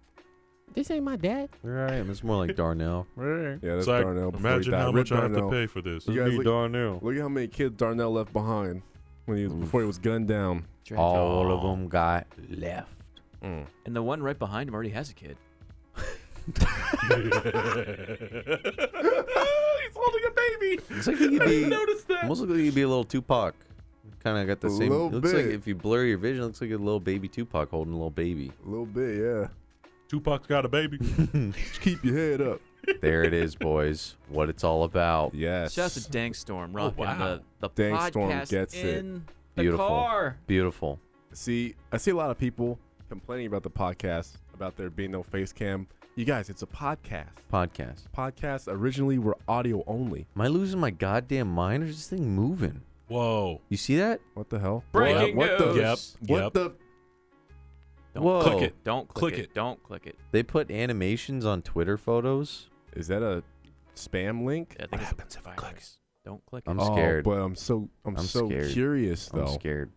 S5: This ain't my dad.
S1: Where I am. It's more like Darnell.
S3: yeah, that's
S2: It's like,
S3: Darnell. before he
S2: imagine
S3: died.
S2: how
S3: Rip
S2: much I have to
S3: Darnell.
S2: pay for this.
S3: You
S2: *laughs*
S3: guys
S1: *laughs*
S3: look-
S1: Darnell.
S3: Look at how many kids Darnell left behind when he was, before he was gunned down.
S4: Drake.
S1: All of them got left.
S4: And the one right behind him already has a kid. *laughs*
S2: He's holding a baby.
S1: Looks like *laughs* he could be.
S2: Notice that.
S1: Almost look like he'd be a little Tupac. Kind of got the
S3: A
S1: same.
S3: little
S1: Looks like
S3: bit.
S1: if you blur your vision, looks like a little baby Tupac holding a little baby.
S3: A little bit, yeah.
S2: Tupac's got a *laughs* baby.
S3: Just keep your head up.
S1: There it is, boys. What it's all about.
S3: Yes.
S4: Shout out to Dang Storm rocking
S2: wow.
S4: the the
S3: Dank
S4: podcast
S3: Storm gets it.
S4: in the
S1: Beautiful.
S4: car.
S1: Beautiful.
S3: see, I see a lot of people complaining about the podcast about there being no face cam. You guys, it's a podcast.
S1: Podcast.
S3: Podcasts originally were audio only.
S1: Am I losing my goddamn mind or is this thing moving?
S2: Whoa.
S1: You see that?
S3: What the hell?
S4: Breaking
S3: what, what
S4: news.
S3: the?
S2: Yep.
S3: What
S2: Yep.
S3: the?
S4: Don't
S1: Whoa.
S4: click
S1: Click
S4: it.
S1: it.
S4: Don't click,
S2: Click
S4: it.
S2: it.
S4: Don't click it.
S1: They put animations on Twitter photos.
S3: Is that a spam link?
S4: I think it's happens if I click? Don't click it.
S1: I'm
S3: Oh,
S1: scared.
S3: but I'm so I'm,
S1: I'm
S3: so
S1: scared.
S3: curious
S1: I'm
S3: though.
S1: scared.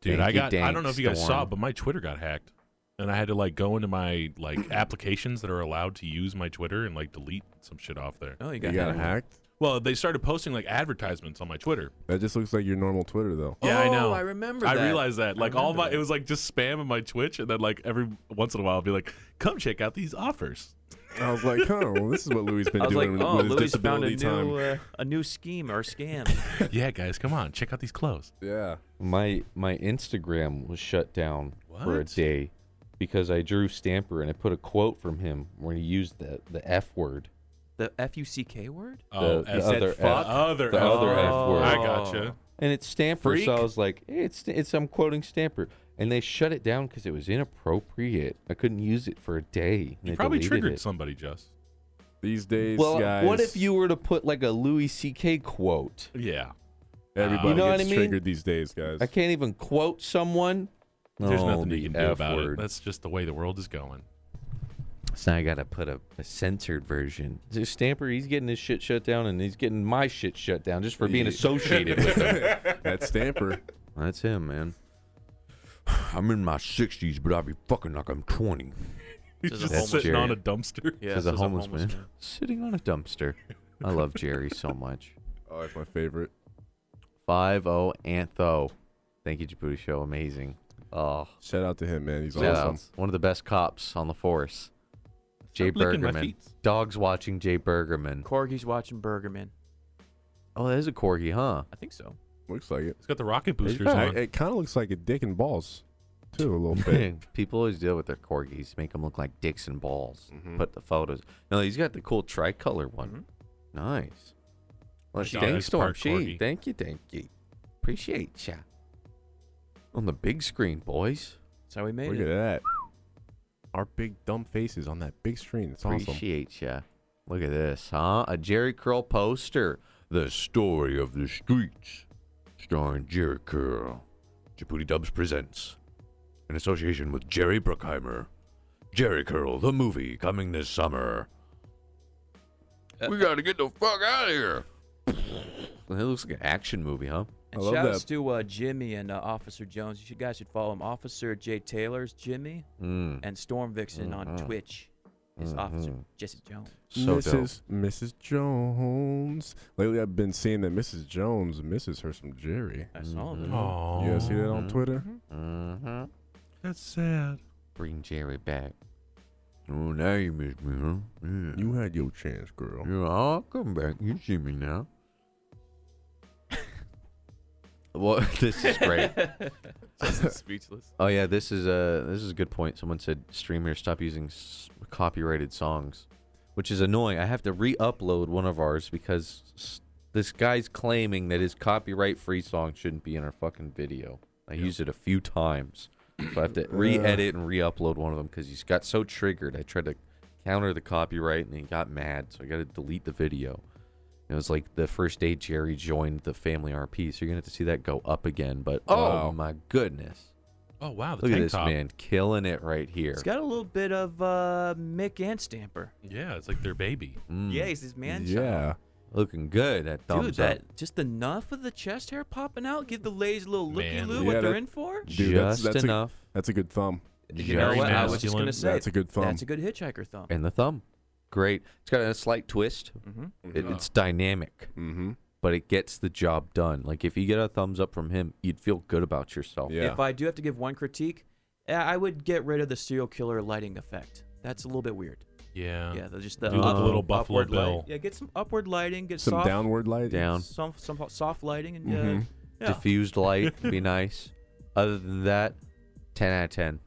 S2: Dude,
S1: Thank
S2: I
S1: you,
S2: got. I
S1: Dank
S2: don't know if you guys saw,
S1: Storm.
S2: it, but my Twitter got hacked, and I had to like go into my like applications that are allowed to use my Twitter and like delete some shit off there.
S4: oh, you
S3: You
S4: got,
S3: got
S4: that.
S3: hacked?
S2: Well, they started posting like advertisements on my Twitter.
S3: That just looks like your normal Twitter though.
S2: Yeah, I
S4: Oh,
S2: know.
S4: I remember
S2: I
S4: that.
S2: realized that. Like all
S4: remember
S2: my,
S4: that.
S2: it was like just spam in my Twitch, and then like every once in a while, I'll be like, "Come check out these offers."
S3: I was like, huh, well, this is what Louis has been
S4: I was like,
S3: doing
S4: oh,
S3: with his
S4: Louis found a
S3: disability
S4: new
S3: time.
S4: uh, a new scheme or scam.
S2: yeah, guys, come on, check out these clothes.
S3: Yeah.
S1: My my Instagram was shut down for a
S2: What?
S1: day because I drew Stamper and I put a quote from him when he used the, the F word.
S4: the F U C K word.
S1: The- the
S2: F-
S1: other
S2: the
S1: F.
S2: other,
S1: The
S2: F.
S1: other F word.
S2: Oh, I gotcha.
S1: And it's Stamper,
S2: Freak.
S1: so I was like, hey, it's it's I'm quoting Stamper. And they shut it down because it was inappropriate. I couldn't use it for a day.
S2: You
S1: They
S2: probably
S1: deleted
S2: triggered
S1: it.
S2: somebody, Just.
S3: These days,
S1: Well,
S3: guys.
S1: what if you were to put like a Louis C.K. quote?
S2: Yeah.
S3: Everybody
S1: You know what I
S3: gets
S1: mean?
S3: triggered these days, guys.
S1: I can't even quote someone.
S2: There's
S1: Oh,
S2: nothing you
S1: the
S2: can do
S1: F
S2: about
S1: word.
S2: it. That's just the way the world is going.
S1: So I gotta put a, a censored version. So Stamper, he's getting his shit shut down, and he's getting my shit shut down just for being
S3: *laughs* Yeah.
S1: associated with him.
S3: That stamper.
S1: *laughs* That's
S3: *sighs*
S1: him, man. I'm in my 60s, but I be fucking like I'm 20.
S2: He's
S4: This is
S2: just
S4: a homeless
S2: sitting
S1: man.
S2: on a dumpster.
S4: Yeah,
S1: As
S4: this
S1: a
S4: is
S1: homeless, man. *laughs* Sitting on a dumpster. I love Jerry so much.
S3: Oh, that's my favorite.
S1: 5 0 Antho. Thank you, Djibouti Show. Amazing. Oh,
S3: Shout out to him, man. He's
S1: shout
S3: awesome.
S1: outs. One of the best cops on the force. Jay
S2: licking my
S1: Bergerman.
S2: feet.
S1: Dogs watching Jay Bergerman.
S4: Corgi's watching Burgerman.
S1: Oh, that is a corgi, huh?
S4: I think so.
S3: Looks like it.
S2: He's got the rocket boosters
S3: Yeah,
S2: on.
S3: it kind of looks like a dick and balls, too, a
S4: *laughs*
S3: little bit.
S1: *laughs* People always deal with their corgis, make them look like dicks and balls.
S2: Mm-hmm.
S1: Put the photos. No, he's got the cool tricolor one.
S2: Mm-hmm.
S1: Nice. Well,
S2: She's
S1: thanks,
S2: nice
S1: Storm.
S2: part
S1: She,
S2: corgi.
S1: thank you, thank you. Appreciate ya. On the big screen, boys.
S4: That's how we made
S3: Look at
S4: it.
S3: that. Our big dumb faces on that big screen. It's awesome.
S1: Appreciate ya. Look at this, huh? A Jerry Curl poster. The story of the streets, starring Jerry Curl. Djibouti Dubs presents, in association with Jerry Bruckheimer. Jerry Curl, the movie, coming this summer. we gotta get the fuck out of *laughs* here. That looks like an action movie, huh?
S4: And
S3: I love
S4: shout outs
S3: that.
S4: to uh, Jimmy and uh, Officer Jones. You should- guys should follow him. Officer Jay Taylor's Jimmy
S1: Mm.
S4: and Storm Vixen
S3: Mm-hmm.
S4: on Twitch is Officer Jesse Jones.
S1: So dope.
S3: Mrs. Mrs. Jones. Lately, I've been seeing that Mrs. Jones misses her some Jerry.
S4: That's all of it.
S2: Oh,
S3: You guys see that on Twitter?
S1: Mm-hmm.
S2: that's sad.
S1: Bring Jerry back. Oh, now you miss me, huh? Yeah.
S3: You had your chance, girl.
S1: Yeah, I'll come back. You see me now. well, *laughs* this is great.
S8: Justin's speechless.
S1: Oh yeah, this is a this is a good point. Someone said streamers stop using s- copyrighted songs, which is annoying. I have to re-upload one of ours because s- this guy's claiming that his copyright-free song shouldn't be in our fucking video. I used it a few times, so I have to re-edit and re-upload one of them because he's got so triggered. I tried to counter the copyright and he got mad, so I got to delete the video. And it was like the first day Jerry joined the family RP, so you're gonna have to see that go up again. But oh
S3: Wow.
S1: my goodness.
S2: Oh wow, the
S1: Look at
S2: tank
S1: this
S2: top.
S1: man killing it right here.
S4: It's got a little bit of uh, Mick and Stamper.
S2: Yeah, it's like their baby.
S1: Mm,
S4: Yeah, he's his man child.
S3: Yeah.
S1: looking good. That thumbs
S4: Dude,
S1: up.
S4: that just enough of the chest hair popping out. Give the ladies a little looky
S2: Man.
S4: loo.
S3: Yeah,
S4: what they're
S3: that-
S4: in for?
S3: Dude, that's,
S1: just
S3: that's,
S1: enough.
S3: A, that's a good thumb.
S4: You know
S2: Very
S4: what? I was just
S2: masculine.
S4: gonna say
S3: That's a good thumb.
S4: That's a good hitchhiker thumb.
S1: and the thumb, great. It's got a slight twist.
S4: hmm
S1: It, it's dynamic,
S3: Mm-hmm.
S1: but it gets the job done. Like if you get a thumbs up from him, you'd feel good about yourself.
S3: Yeah.
S4: If I do have to give one critique, eh, I would get rid of the serial killer lighting effect. That's a little bit weird.
S2: Yeah.
S4: Yeah, the- just the
S2: Do like
S4: up-
S2: a little Buffalo
S4: upward light.
S2: Bill.
S4: Yeah, get some upward lighting. Get
S3: Some
S4: soft,
S3: downward light.
S1: Down.
S4: some some ho- soft lighting, and uh,
S3: Mhm.
S4: yeah.
S1: Diffused light would be nice. Other than that, ten out of ten.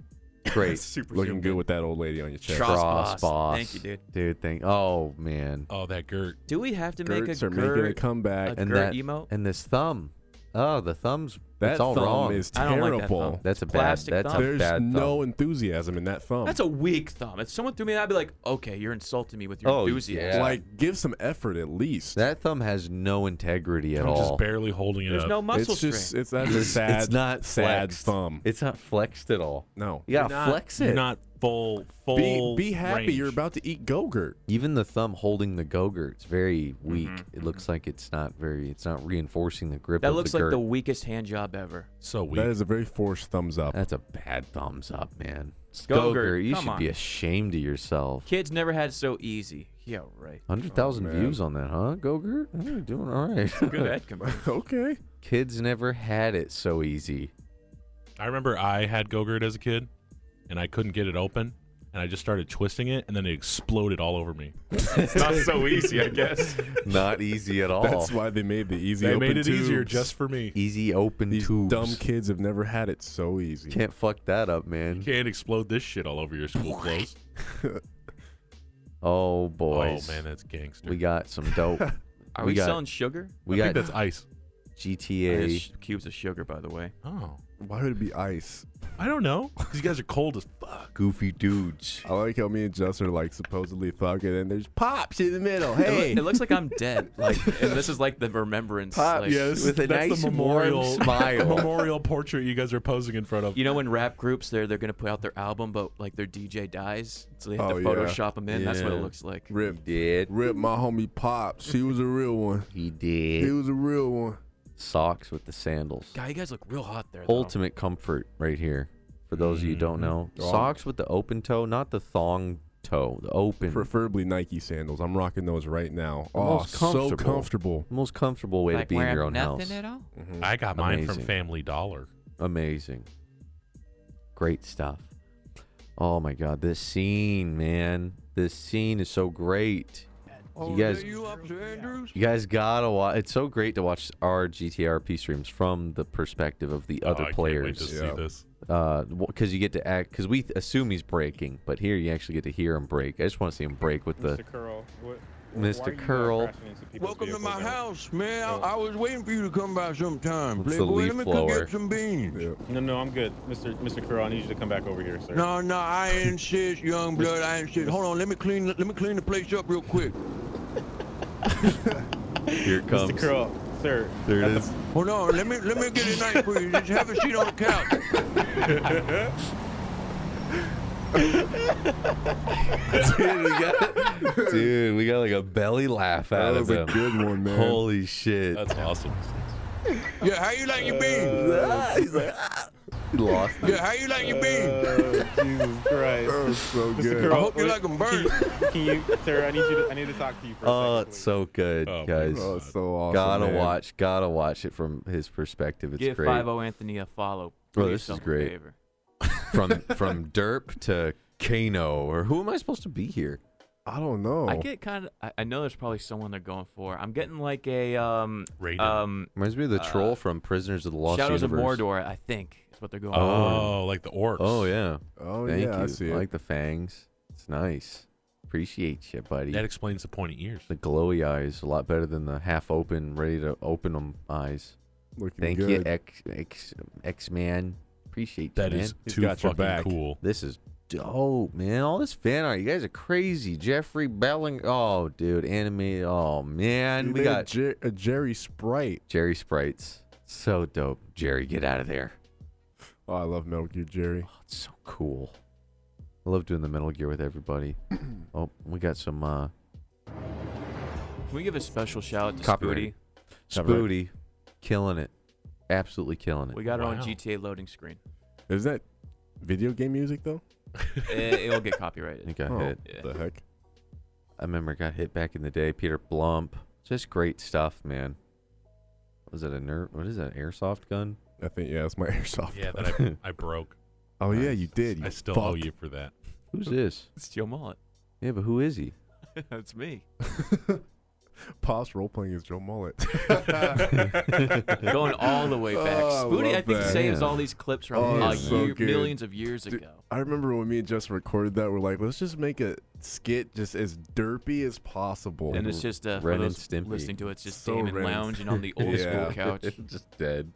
S1: Great.
S8: Super
S3: Looking good with that old lady on your chest.
S4: *laughs* Cross boss.
S1: Cross boss.
S4: Thank you, dude.
S1: Dude, thank. Oh man.
S2: Oh, that girt.
S4: Do we have to make
S3: Gertz
S4: a
S3: are making a
S4: girt?
S3: comeback.
S4: a
S1: and that
S4: Gert emote?
S1: and this thumb. Oh, the thumb's.
S3: that
S1: it's all
S3: thumb
S1: wrong.
S3: is
S4: I don't like
S3: terrible.
S4: that thumb.
S1: That's a bad.
S4: Plastic
S1: That's
S4: thumb.
S1: a
S3: There's
S1: bad thumb.
S3: no enthusiasm in that thumb.
S4: That's a weak thumb. If someone threw me that, I'd be like, okay, you're insulting me with your
S1: Oh,
S4: enthusiasm.
S1: yeah.
S3: Like, give some effort at least.
S1: That thumb has no integrity at
S2: I'm
S1: all.
S2: just barely holding it
S4: There's
S2: up.
S4: no muscle
S3: it's just,
S4: strength.
S3: it's that's a sad,
S1: it's not
S3: sad
S1: flexed.
S3: thumb.
S1: It's not flexed at all.
S3: no.
S1: You gotta
S2: You're not-
S1: flex
S2: You're
S1: it.
S2: not full
S3: Be,
S2: full.
S3: be happy
S2: range.
S3: you're about to eat Go-Gurt.
S1: Even the thumb holding the go-gurt's very weak. It looks like it's not very. It's not reinforcing the grip.
S4: That
S1: of
S4: looks
S1: the
S4: like
S1: gurt.
S4: the weakest hand job ever.
S2: so weak.
S3: That is a very forced thumbs up.
S1: That's a bad thumbs up, man.
S4: Go-gurt,
S1: Go-gurt, you
S4: come
S1: should be
S4: on.
S1: ashamed of yourself.
S4: Kids never had it so easy. Yeah,
S1: *laughs*
S4: right.
S1: Hundred thousand
S3: Oh, man.
S1: views on that, huh? Go-gurt, Oh, you're doing all right.
S4: Good eh? *laughs* at com-
S3: okay.
S1: *laughs* Kids never had it so easy.
S2: I remember I had Gogurt as a kid, and I couldn't get it open, and I just started twisting it, and then it exploded all over me.
S8: It's not so easy, I
S1: *laughs*
S8: guess.
S1: Not easy at all.
S3: That's why they made the easy
S2: They
S3: open
S2: made it easier
S3: tubes.
S2: just for me.
S1: easy open
S3: These
S1: tubes.
S3: dumb kids have never had it so easy.
S1: Can't fuck that up, man.
S2: You can't explode this shit all over your school clothes.
S1: Oh
S2: oh
S1: boys,
S2: man, that's gangster.
S1: we got some dope.
S4: Are
S1: We
S4: we,
S1: got-
S4: selling sugar?
S1: we
S2: I think
S1: got
S2: that's ice.
S4: That
S1: GTA.
S4: is cubes of sugar, by the way.
S2: Oh,
S3: Why would it be ice?
S2: I don't know. These guys are cold as fuck.
S1: goofy dudes.
S3: I like how me and Jess are like supposedly fucking, and there's pops in the middle. Hey,
S4: It looks
S1: *laughs*
S4: like I'm dead. Like, and this is like the remembrance. like,
S1: with a
S2: that's
S1: nice
S2: the
S1: warm
S2: memorial
S1: smile.
S2: *laughs* memorial portrait you guys are posing in front of.
S4: You know, when rap groups, they're they're gonna put out their album, but like their DJ dies, so they have
S3: Oh,
S4: to
S3: yeah.
S4: Photoshop him in. That's what it
S1: Yeah.
S4: looks like.
S3: rip,
S1: did.
S3: rip, my homie pops. He was a real one.
S1: He
S3: He
S1: did.
S3: was a real one.
S1: Socks with the sandals.
S4: God, you guys look real hot there. Though.
S1: Ultimate comfort right here. for those of you who
S3: Mm-hmm.
S1: don't know. Socks with the open toe, not the thong toe, the open.
S3: Preferably Nike sandals. I'm rocking those right now. Oh,
S1: most
S3: so
S1: comfortable.
S3: comfortable.
S1: most comfortable way to
S4: like
S1: be in
S4: wearing
S1: your own
S4: nothing
S1: house.
S4: at all.
S2: I got mine
S1: Amazing.
S2: from Family Dollar.
S1: Amazing. Great stuff. Oh my god, this scene, man. This scene is so great. You guys
S7: Oh, You up to Andrews?
S1: you guys gotta watch it's so great to watch our GTRP streams from the perspective of the
S2: Oh,
S1: other
S2: I
S1: players.
S2: Can't wait to
S3: Yeah.
S2: see this.
S1: because uh, you get to act because we th- assume he's breaking, but here you actually get to hear him break. I just want to see him break with the
S9: Mr. Curl. What,
S1: Mr.
S9: why are you, uh,
S1: Curl.
S9: crashing into people's
S7: Welcome to
S9: vehicles
S7: my
S9: now?
S7: house, man. I, I was waiting for you to come by sometime.
S1: It's the
S7: Playboy,
S1: leaf
S7: let me go
S1: blower.
S7: get some beans.
S9: No, no, I'm good. Mr. Mr. Curl, I need you to come back over here, sir.
S7: No, no, I
S1: *laughs*
S7: insist, young blood. I insist. Hold on, let me clean. Let me clean the place up real quick.
S1: here it comes.
S9: Mr. Curl, sir.
S1: There it
S9: at the-
S1: is.
S7: Hold on, let me let me get it nice for you. Just have a seat on the couch.
S1: Dude, we got, dude, we got like a belly laugh
S3: That
S1: out of
S3: was a
S1: him.
S3: Oh, good one, man.
S1: Holy shit!
S2: That's awesome.
S7: Yeah, how you like your beans?
S1: Ah, *laughs* he's like, ah. He lost it. Uh,
S7: Yeah, how you like your beans?
S9: Oh, Jesus
S7: *laughs*
S9: Christ.
S3: that was so
S9: Mr.
S3: good.
S9: Curl,
S7: I hope you
S9: wait,
S7: like them burnt.
S9: Can you, sir? I need you. To, I need to talk to you for a
S1: Oh,
S9: second.
S1: it's so good,
S2: Oh,
S1: guys.
S3: Oh, it's so awesome.
S1: gotta
S3: man.
S1: watch, gotta watch it from his perspective. It's
S4: Give
S1: great.
S4: Five oh- O Anthony a follow.
S1: Bro,
S4: Please,
S1: this is
S4: some
S1: great.
S4: favor.
S1: From
S2: *laughs*
S1: from derp to Kano, or who am I supposed to be here?
S3: I don't know.
S4: I get kind of. I, I know there's probably someone they're going for. I'm getting like a um
S2: Raiden.
S4: um
S1: Reminds me of the
S4: Uh,
S1: troll from Prisoners of the Lost
S4: Shadows
S1: Universe.
S4: of Mordor. I think is what they're going for.
S2: Oh, like the orcs.
S1: Oh yeah.
S3: oh
S1: Thank
S3: yeah,
S1: you.
S3: I see it.
S1: like the fangs. It's nice. Appreciate you, buddy.
S2: That explains the pointy ears.
S1: the glowy eyes a lot better than the half open, ready to open them eyes.
S3: Looking
S1: Thank
S3: good.
S1: you, X X X man. Appreciate
S2: That
S1: you,
S2: is
S1: man.
S3: He's
S2: too
S3: got your
S2: fucking
S3: back.
S4: *laughs*
S2: cool.
S1: This is dope, man. All this fan art. You guys are crazy. Jeffrey Belling. Oh, dude, anime. Oh man,
S3: Dude,
S1: we
S3: they had
S1: got
S3: Jer- a Jerry Sprite.
S1: Jerry sprites. So dope. Jerry, get out of there.
S3: Oh, I love Metal Gear Jerry.
S1: Oh, it's so cool. I love doing the Metal Gear with everybody. oh, we got some uh
S4: Can we give a special shout out to
S1: Copyright.
S4: Spooty?
S3: Copyright.
S1: Spooty, killing it, absolutely killing it.
S4: We got our own
S2: Wow.
S4: GTA loading screen.
S3: Is that video game music though?
S4: it,
S1: *laughs* I
S4: it'll get
S1: think
S4: copyrighted.
S1: I
S3: oh,
S1: hit.
S4: Yeah.
S3: the heck.
S1: I remember I got hit back in the day. Peter Blump, just great stuff, man. Was it a nerf? What is that? Airsoft gun?
S3: I think yeah, it's my *laughs*
S2: *laughs*
S3: airsoft.
S2: Yeah,
S3: gun.
S2: that *laughs* I, I broke.
S3: oh yeah, you did. You
S2: I still owe
S3: fuck.
S2: you for that.
S1: Who's this?
S4: It's Joe Mullet. *laughs*
S1: Yeah, but who is he?
S4: That's me.
S3: Pops role playing as
S2: *laughs*
S3: Joe Mullet.
S4: Going all the way back.
S3: Oh, I
S4: Spooty, I
S3: love
S4: think,
S3: that.
S4: saves
S1: Yeah.
S4: all these clips from
S3: Oh,
S4: uh,
S3: it's so
S4: year-
S3: good.
S4: millions of years
S3: Dude,
S4: ago.
S3: I remember when me and Jess recorded that. We're like, let's just make a skit just as derpy as possible.
S4: and it's just uh, for
S1: Ren and
S4: those
S1: Stimpy.
S4: listening to it, it's just
S3: So
S4: Damon
S3: Ren and
S4: lounging on the old
S1: *laughs*
S3: Yeah.
S4: school couch.
S1: just
S4: *laughs*
S1: dead.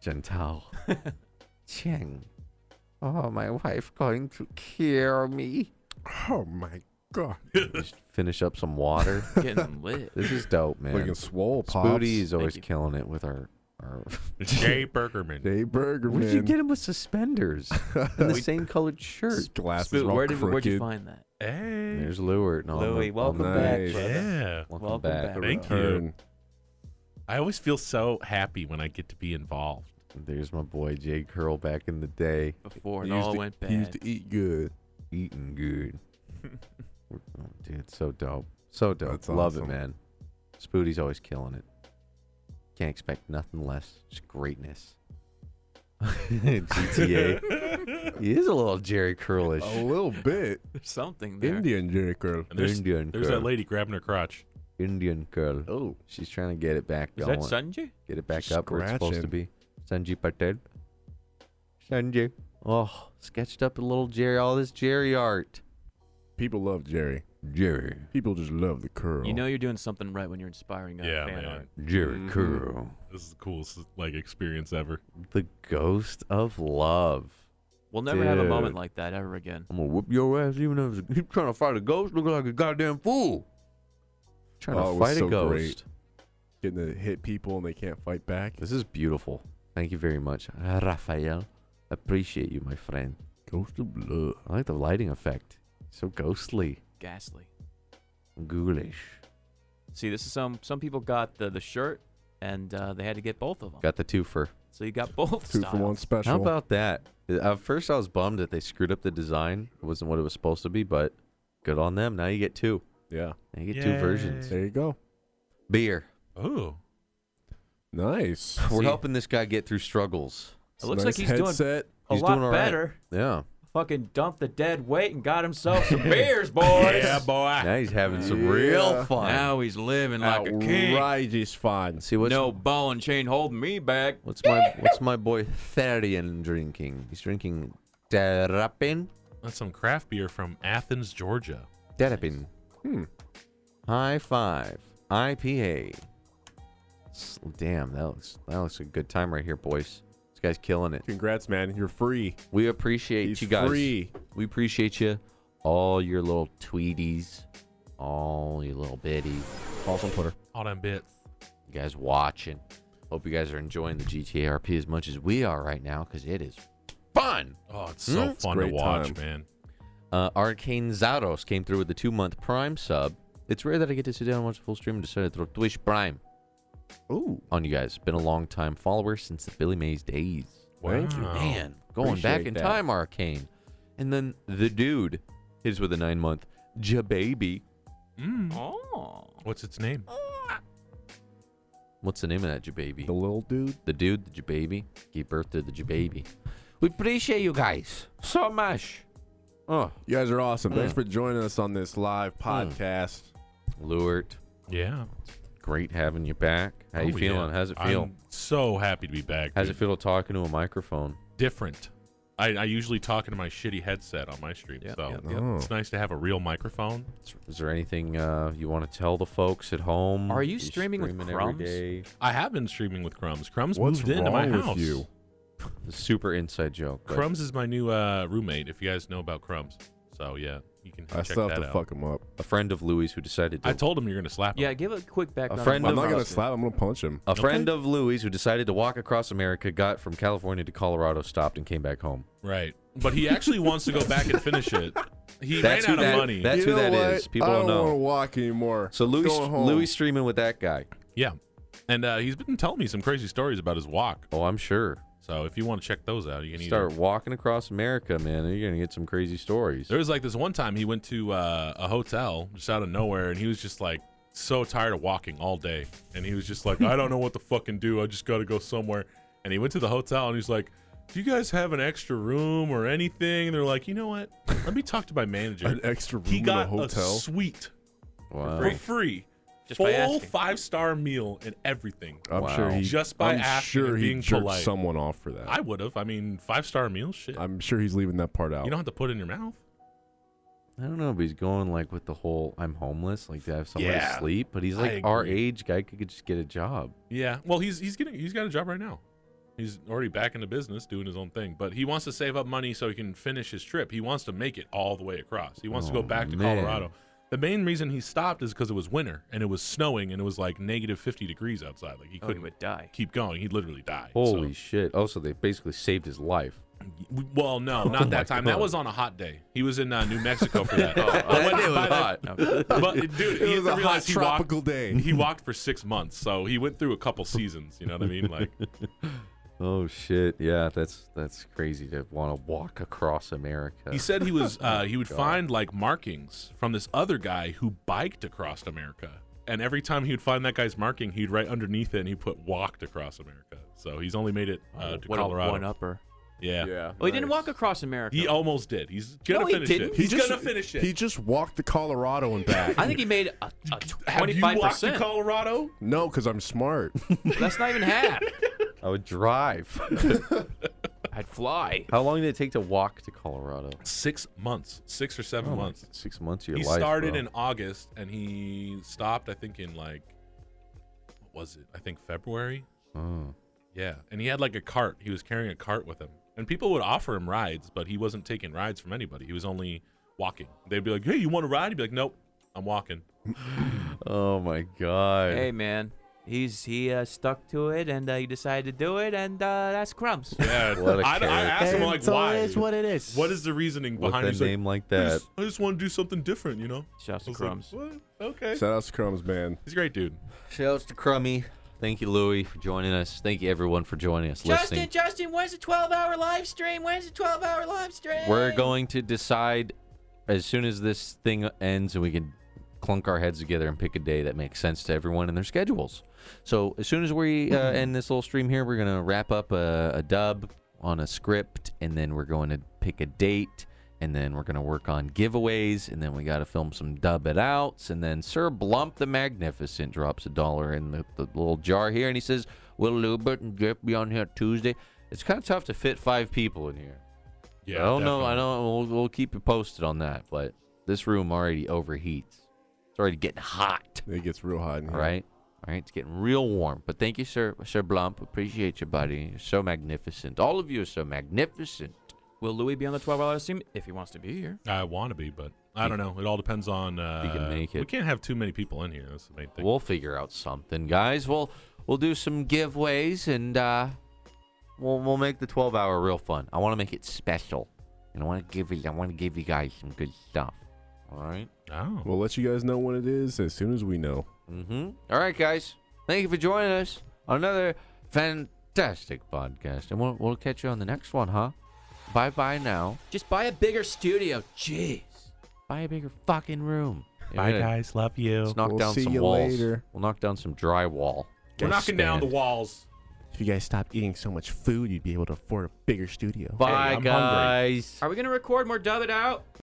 S1: Gentile. Cheng. Oh, my wife going to kill me.
S3: oh my god, *laughs*
S1: Just finish up some water.
S4: Getting lit.
S1: This is dope, man.
S3: looking swole, Pops.
S1: Spooty is always
S4: you.
S1: killing it with our.
S4: *laughs*
S1: our
S2: Jay Bergerman.
S3: Jay Burger
S1: Where'd
S3: man.
S1: you
S3: *laughs*
S1: get him with
S4: *laughs*
S1: suspenders and the same colored shirt?
S3: His glasses
S4: Spoot,
S3: are all
S4: where did, where'd
S3: crooked.
S4: you find that?
S2: Hey.
S1: There's Lewert. No,
S4: Louis, Mm-hmm. welcome
S3: nice.
S4: back. brother.
S2: Yeah.
S1: Welcome,
S4: Welcome
S1: back.
S4: back.
S2: Thank you.
S3: Return.
S2: I always feel so happy when I get to be involved.
S1: There's my boy Jay Curl back in the day,
S4: Before it
S3: He used
S4: all
S3: to-
S4: went
S3: He used
S4: bad.
S3: to eat
S4: *laughs*
S3: good.
S1: eating good. oh, dude, so dope. So dope.
S3: That's
S1: Love it,
S3: awesome.
S1: man. Spooty's always killing it. Can't expect nothing less. Just greatness. *laughs*
S4: *laughs*
S1: GTA. he is a little Jerry Curlish.
S3: A little bit.
S4: There's something there.
S3: Indian Jerry Curl.
S2: And Oh, there's,
S1: Indian
S2: there's
S1: girl.
S2: that lady grabbing her crotch.
S1: Indian Curl.
S3: Oh.
S1: She's trying to get it back
S4: Is
S1: going.
S4: that Sanjay?
S1: get it back
S3: Just
S1: up where it's supposed to be.
S3: scratching.
S1: Sanjay Patel. Sanjay. Oh, sketched up a little Jerry. All this Jerry art.
S3: People love Jerry.
S1: Jerry.
S3: People just love the curl.
S4: You know you're doing something right when you're inspiring uh,
S2: Yeah,
S4: fan
S2: man.
S4: art.
S1: Jerry Curl.
S2: This is the coolest like experience ever.
S1: The ghost of love.
S4: We'll never have a moment
S1: Dude.
S4: like that ever again.
S1: I'm gonna whoop your ass even if it's- you trying to fight a ghost. Look like a goddamn fool. Trying
S3: Oh, it
S1: to
S3: was
S1: fight
S3: so
S1: a ghost.
S3: great. getting to hit people and they can't fight back.
S1: This is beautiful. Thank you very much, Raphael. Appreciate you, my friend.
S3: Ghost of blood.
S1: I like the lighting effect. So ghostly,
S4: Ghastly.
S1: ghoulish.
S4: See, this is some some people got the the shirt, and uh, they had to get both of them.
S1: Got the twofer.
S4: so you got both
S3: Two for one
S4: styles.
S3: special.
S1: How about that? At first, I was bummed that they screwed up the design. It wasn't what it was supposed to be, but good on them. Now you get two.
S3: yeah.
S1: Now you get two versions.
S3: There you go.
S1: Beer.
S2: Ooh.
S3: Nice.
S1: We're
S4: See?
S1: helping this guy get through struggles.
S4: It looks
S3: nice
S4: like he's doing
S3: headset.
S4: a
S1: He's
S4: lot
S1: doing all right.
S4: better.
S1: Yeah.
S4: Fucking dumped the dead weight and got himself
S3: *laughs*
S4: some beers, boys.
S2: Yeah, boy.
S1: Now he's having some real
S3: Yeah.
S1: fun.
S4: Now he's living like a king.
S3: Outrageous fun.
S1: See what's
S4: no ball and chain holding me back.
S1: what's my what's my boy Therian drinking? He's drinking terrapin.
S2: That's some craft beer from Athens, Georgia.
S1: Terrapin. Hmm. High five. IPA. S- Damn, that looks that looks a good time right here, boys. This guy's killing it.
S3: Congrats, man. You're free.
S1: We appreciate
S3: He's
S1: you guys.
S3: free.
S1: We appreciate you. All your little tweeties, all your little bitties.
S3: Follow us on Twitter.
S2: All them bits.
S1: You guys watching. Hope you guys are enjoying the GTA RP as much as we are right now because it is fun.
S2: Oh, it's so
S1: Mm.
S2: fun to
S3: Great
S2: watch,
S3: time.
S2: man.
S1: Uh, Arcane Zaros came through with the two month Prime sub. It's rare that I get to sit down and watch the full stream and decided to throw Twitch Prime
S3: Ooh.
S1: on you guys. Been a long time follower since the Billy Mays days.
S3: Thank you.
S2: Wow.
S1: Man, going back
S3: Appreciate
S1: in
S3: that.
S1: time, Arcane. And then the dude hits with a nine month Jababy.
S2: Mm.
S4: Oh.
S2: What's its name?
S1: What's the name of that Jababy?
S3: The little dude.
S1: the dude, the Jababy, gave birth to the Jababy. We appreciate you guys so much. Oh,
S3: You guys are awesome. Thanks for joining us on this live podcast.
S1: Lewert,
S2: Yeah.
S1: great having you back. How you
S2: Oh,
S1: feeling?
S2: yeah.
S1: How's it feel?
S2: I'm so happy to be back.
S1: How's
S2: dude.
S1: it feel talking to a microphone?
S2: Different. I, I usually talk into my shitty headset on my stream, so
S3: Oh.
S2: it's nice to have a real microphone.
S1: Is there anything uh, you want to tell the folks at home?
S4: Are you streaming with
S1: streaming
S4: crumbs?
S1: Every day?
S2: I have been streaming with Crumbs. Crumbs
S3: What's
S2: moved into my
S3: wrong with
S2: house.
S3: you?
S1: It's a super inside joke. but
S2: Crumbs is my new uh, roommate. If you guys know about Crumbs, so yeah, you can
S3: I
S2: check
S3: still
S2: that
S3: have to
S2: out.
S3: fuck him up.
S1: A friend of Louis who decided to
S2: I told him you're gonna slap him.
S4: Yeah, give a quick background. on
S1: friend
S4: Bob
S3: I'm not gonna
S4: Ross.
S3: slap. I'm gonna punch him.
S1: a friend of Louis who decided to walk across America got from California to Colorado, stopped and came back home.
S2: Right. But he actually wants to go back and
S1: *laughs*
S2: finish it. He
S1: That's
S2: ran
S1: who
S2: out
S1: that-
S2: of money.
S1: that- That's
S3: you
S1: who
S3: know
S1: that
S3: what?
S1: is. People
S3: I
S1: don't
S3: don't,
S1: know.
S3: want to walk anymore.
S1: So Louis,
S3: Going home.
S1: Louis streaming with that guy.
S2: yeah. And uh, he's been telling me some crazy stories about his walk.
S1: Oh, I'm sure.
S2: So if you want to check those out, you can either.
S1: Start walking across America, man. You're gonna get some crazy stories.
S2: There was like this one time he went to uh, a hotel just out of nowhere and he was just like so tired of walking all day. And he was just like, I don't know what to fucking do. I just got to go somewhere. And he went to the hotel and he's like, Do you guys have an extra room or anything? And they're like, You know what? Let me talk to my manager.
S3: An extra room
S2: he got
S3: in a hotel. Oh.
S2: suite
S1: Wow.
S2: for free.
S4: Just by
S2: full
S4: asking.
S2: five star meal and everything.
S3: I'm
S1: Wow.
S3: sure he
S2: Just by
S3: I'm
S2: asking
S3: sure
S2: and
S3: he
S2: being
S3: jerked
S2: polite.
S3: someone off for that.
S2: I would have. I mean, five star meal shit.
S3: I'm sure he's leaving that part out.
S2: you don't have to put it in your mouth.
S1: I don't know, but he's going like with the whole "I'm homeless," like to have somewhere
S2: Yeah,
S1: to sleep. But he's
S2: I
S1: like our
S2: agree.
S1: age guy could just get a job.
S2: Yeah. Well, he's he's getting he's got a job right now. He's already back into business doing his own thing, but he wants to save up money so he can finish his trip. He wants to make it all the way across. He wants to
S1: Oh,
S2: go back to
S1: man.
S2: Colorado. The main reason he stopped is because it was winter and it was snowing and it was like negative 50 degrees outside. Like he
S4: Oh, he
S2: couldn't
S4: would die.
S2: keep going. He'd literally die.
S1: Holy shit! Oh, so they basically saved his life.
S2: W- Well, no, not that time. That
S1: oh God. Oh,
S2: was on a hot day. He was in uh, New Mexico
S1: *laughs*
S2: for that. But-
S1: it
S2: by
S1: was
S2: the-
S1: hot.
S2: *laughs* But dude,
S3: It
S2: he had
S3: was a
S2: to
S3: hot
S2: realize he walked,
S3: tropical day.
S2: he walked for six months, so he went through a couple seasons. You know what I mean? Like,
S1: Oh shit! Yeah, that's that's crazy to want to walk across America.
S2: he said he was uh, he would find like markings from this other guy who biked across America, and every time he would find that guy's marking, he'd write underneath it and he put walked across America. So he's only made it uh, to
S4: Oh, what
S2: Colorado.
S4: a one upper.
S2: Yeah.
S4: Well, Oh, he didn't walk across America.
S2: He almost did. He's gonna
S4: No, he
S2: finish
S4: didn't.
S2: it.
S4: He
S2: He's
S3: just-
S2: gonna finish it.
S3: He just walked to Colorado and back.
S4: *laughs* I think he made a, a
S2: *laughs* Have you walked to
S4: 25%.
S2: Colorado?
S3: no, because I'm smart.
S4: That's not
S2: *laughs*
S4: even half.
S1: I would drive.
S4: I'd fly.
S1: *laughs* How long did it take to walk to Colorado?
S2: Six months, six or seven
S1: Oh my
S2: months.
S1: God, Six months of your
S2: He
S1: life.
S2: started
S1: bro.
S2: in August and he stopped, I think, in like, what was it? I think February.
S1: Oh.
S2: Yeah. And he had like a cart. He was carrying a cart with him. And people would offer him rides, but he wasn't taking rides from anybody. He was only walking. They'd be like, hey, you want a ride? He'd be like, nope, I'm walking.
S1: Oh my god.
S4: Hey, man. He's he uh, stuck to it and uh, he decided to do it and uh,
S2: *laughs*
S4: that's crumbs.
S2: Yeah.
S1: What a
S2: I, I asked him, like, why?
S5: it is.
S2: what is the reasoning
S1: With
S2: behind
S1: a
S2: it? He's like,
S1: name like
S2: I
S1: that.
S2: just, I just want to do something different, you know? I
S4: Shouts
S2: was
S4: to
S2: like,
S4: crumbs.
S2: what? Okay.
S3: Shout out to Crumbs, man.
S2: He's a great dude.
S1: Shouts to Crummy. Thank you, Louie, for joining us. Thank you, everyone, for joining us.
S4: Justin,
S1: listening.
S4: Justin, when's the 12 hour live stream? When's the 12 hour live stream?
S1: We're going to decide as soon as this thing ends and we can clunk our heads together and pick a day that makes sense to everyone and their schedules. So as soon as we uh, end this little stream here, we're going to wrap up a, a dub on a script and then we're going to pick a date and then we're going to work on giveaways and then we got to film some dub it outs and then Sir Blump the Magnificent drops a dollar in the, the little jar here and he says, Will Lubert and Jeff be on here Tuesday? It's kind of tough to fit five people in here.
S2: Yeah,
S1: I don't know. I
S2: definitely.
S1: don't. We'll, we'll keep you posted on that. But this room already overheats. It's already getting hot.
S3: It gets real hot in here.
S1: All right. All right. It's getting real warm. But thank you, sir, Sir Blump. Appreciate you, buddy. You're so magnificent. All of you are so magnificent.
S4: Will Louis be on the 12 hour live stream if he wants to be here?
S2: I want to be, but I don't know. It all depends on. Uh,
S1: can make
S2: We
S1: it.
S2: can't have too many people in here. That's the main thing.
S1: We'll figure out something, guys. We'll we'll do some giveaways and uh, we'll we'll make the 12 hour real fun. I want to make it special, and I want to give you I want to give you guys some good stuff. All right.
S2: oh.
S3: We'll let you guys know when it is as soon as we know.
S1: Mm-hmm. All right, guys. Thank you for joining us on another fantastic podcast. And we'll, we'll catch you on the next one, huh? Bye bye now.
S4: Just buy a bigger studio. Jeez.
S1: Buy a bigger fucking room. Bye,
S2: guys. Love you.
S1: Let's knock
S3: We'll
S1: down
S3: see
S1: some
S3: you
S1: walls.
S3: later.
S1: We'll knock down some drywall.
S2: We're knocking down the
S1: Stand.
S2: walls.
S5: If you guys stopped eating so much food, you'd be able to afford a bigger studio.
S1: Bye,
S2: I'm hungry.
S1: guys.
S4: Are we going to record more Dub It Out?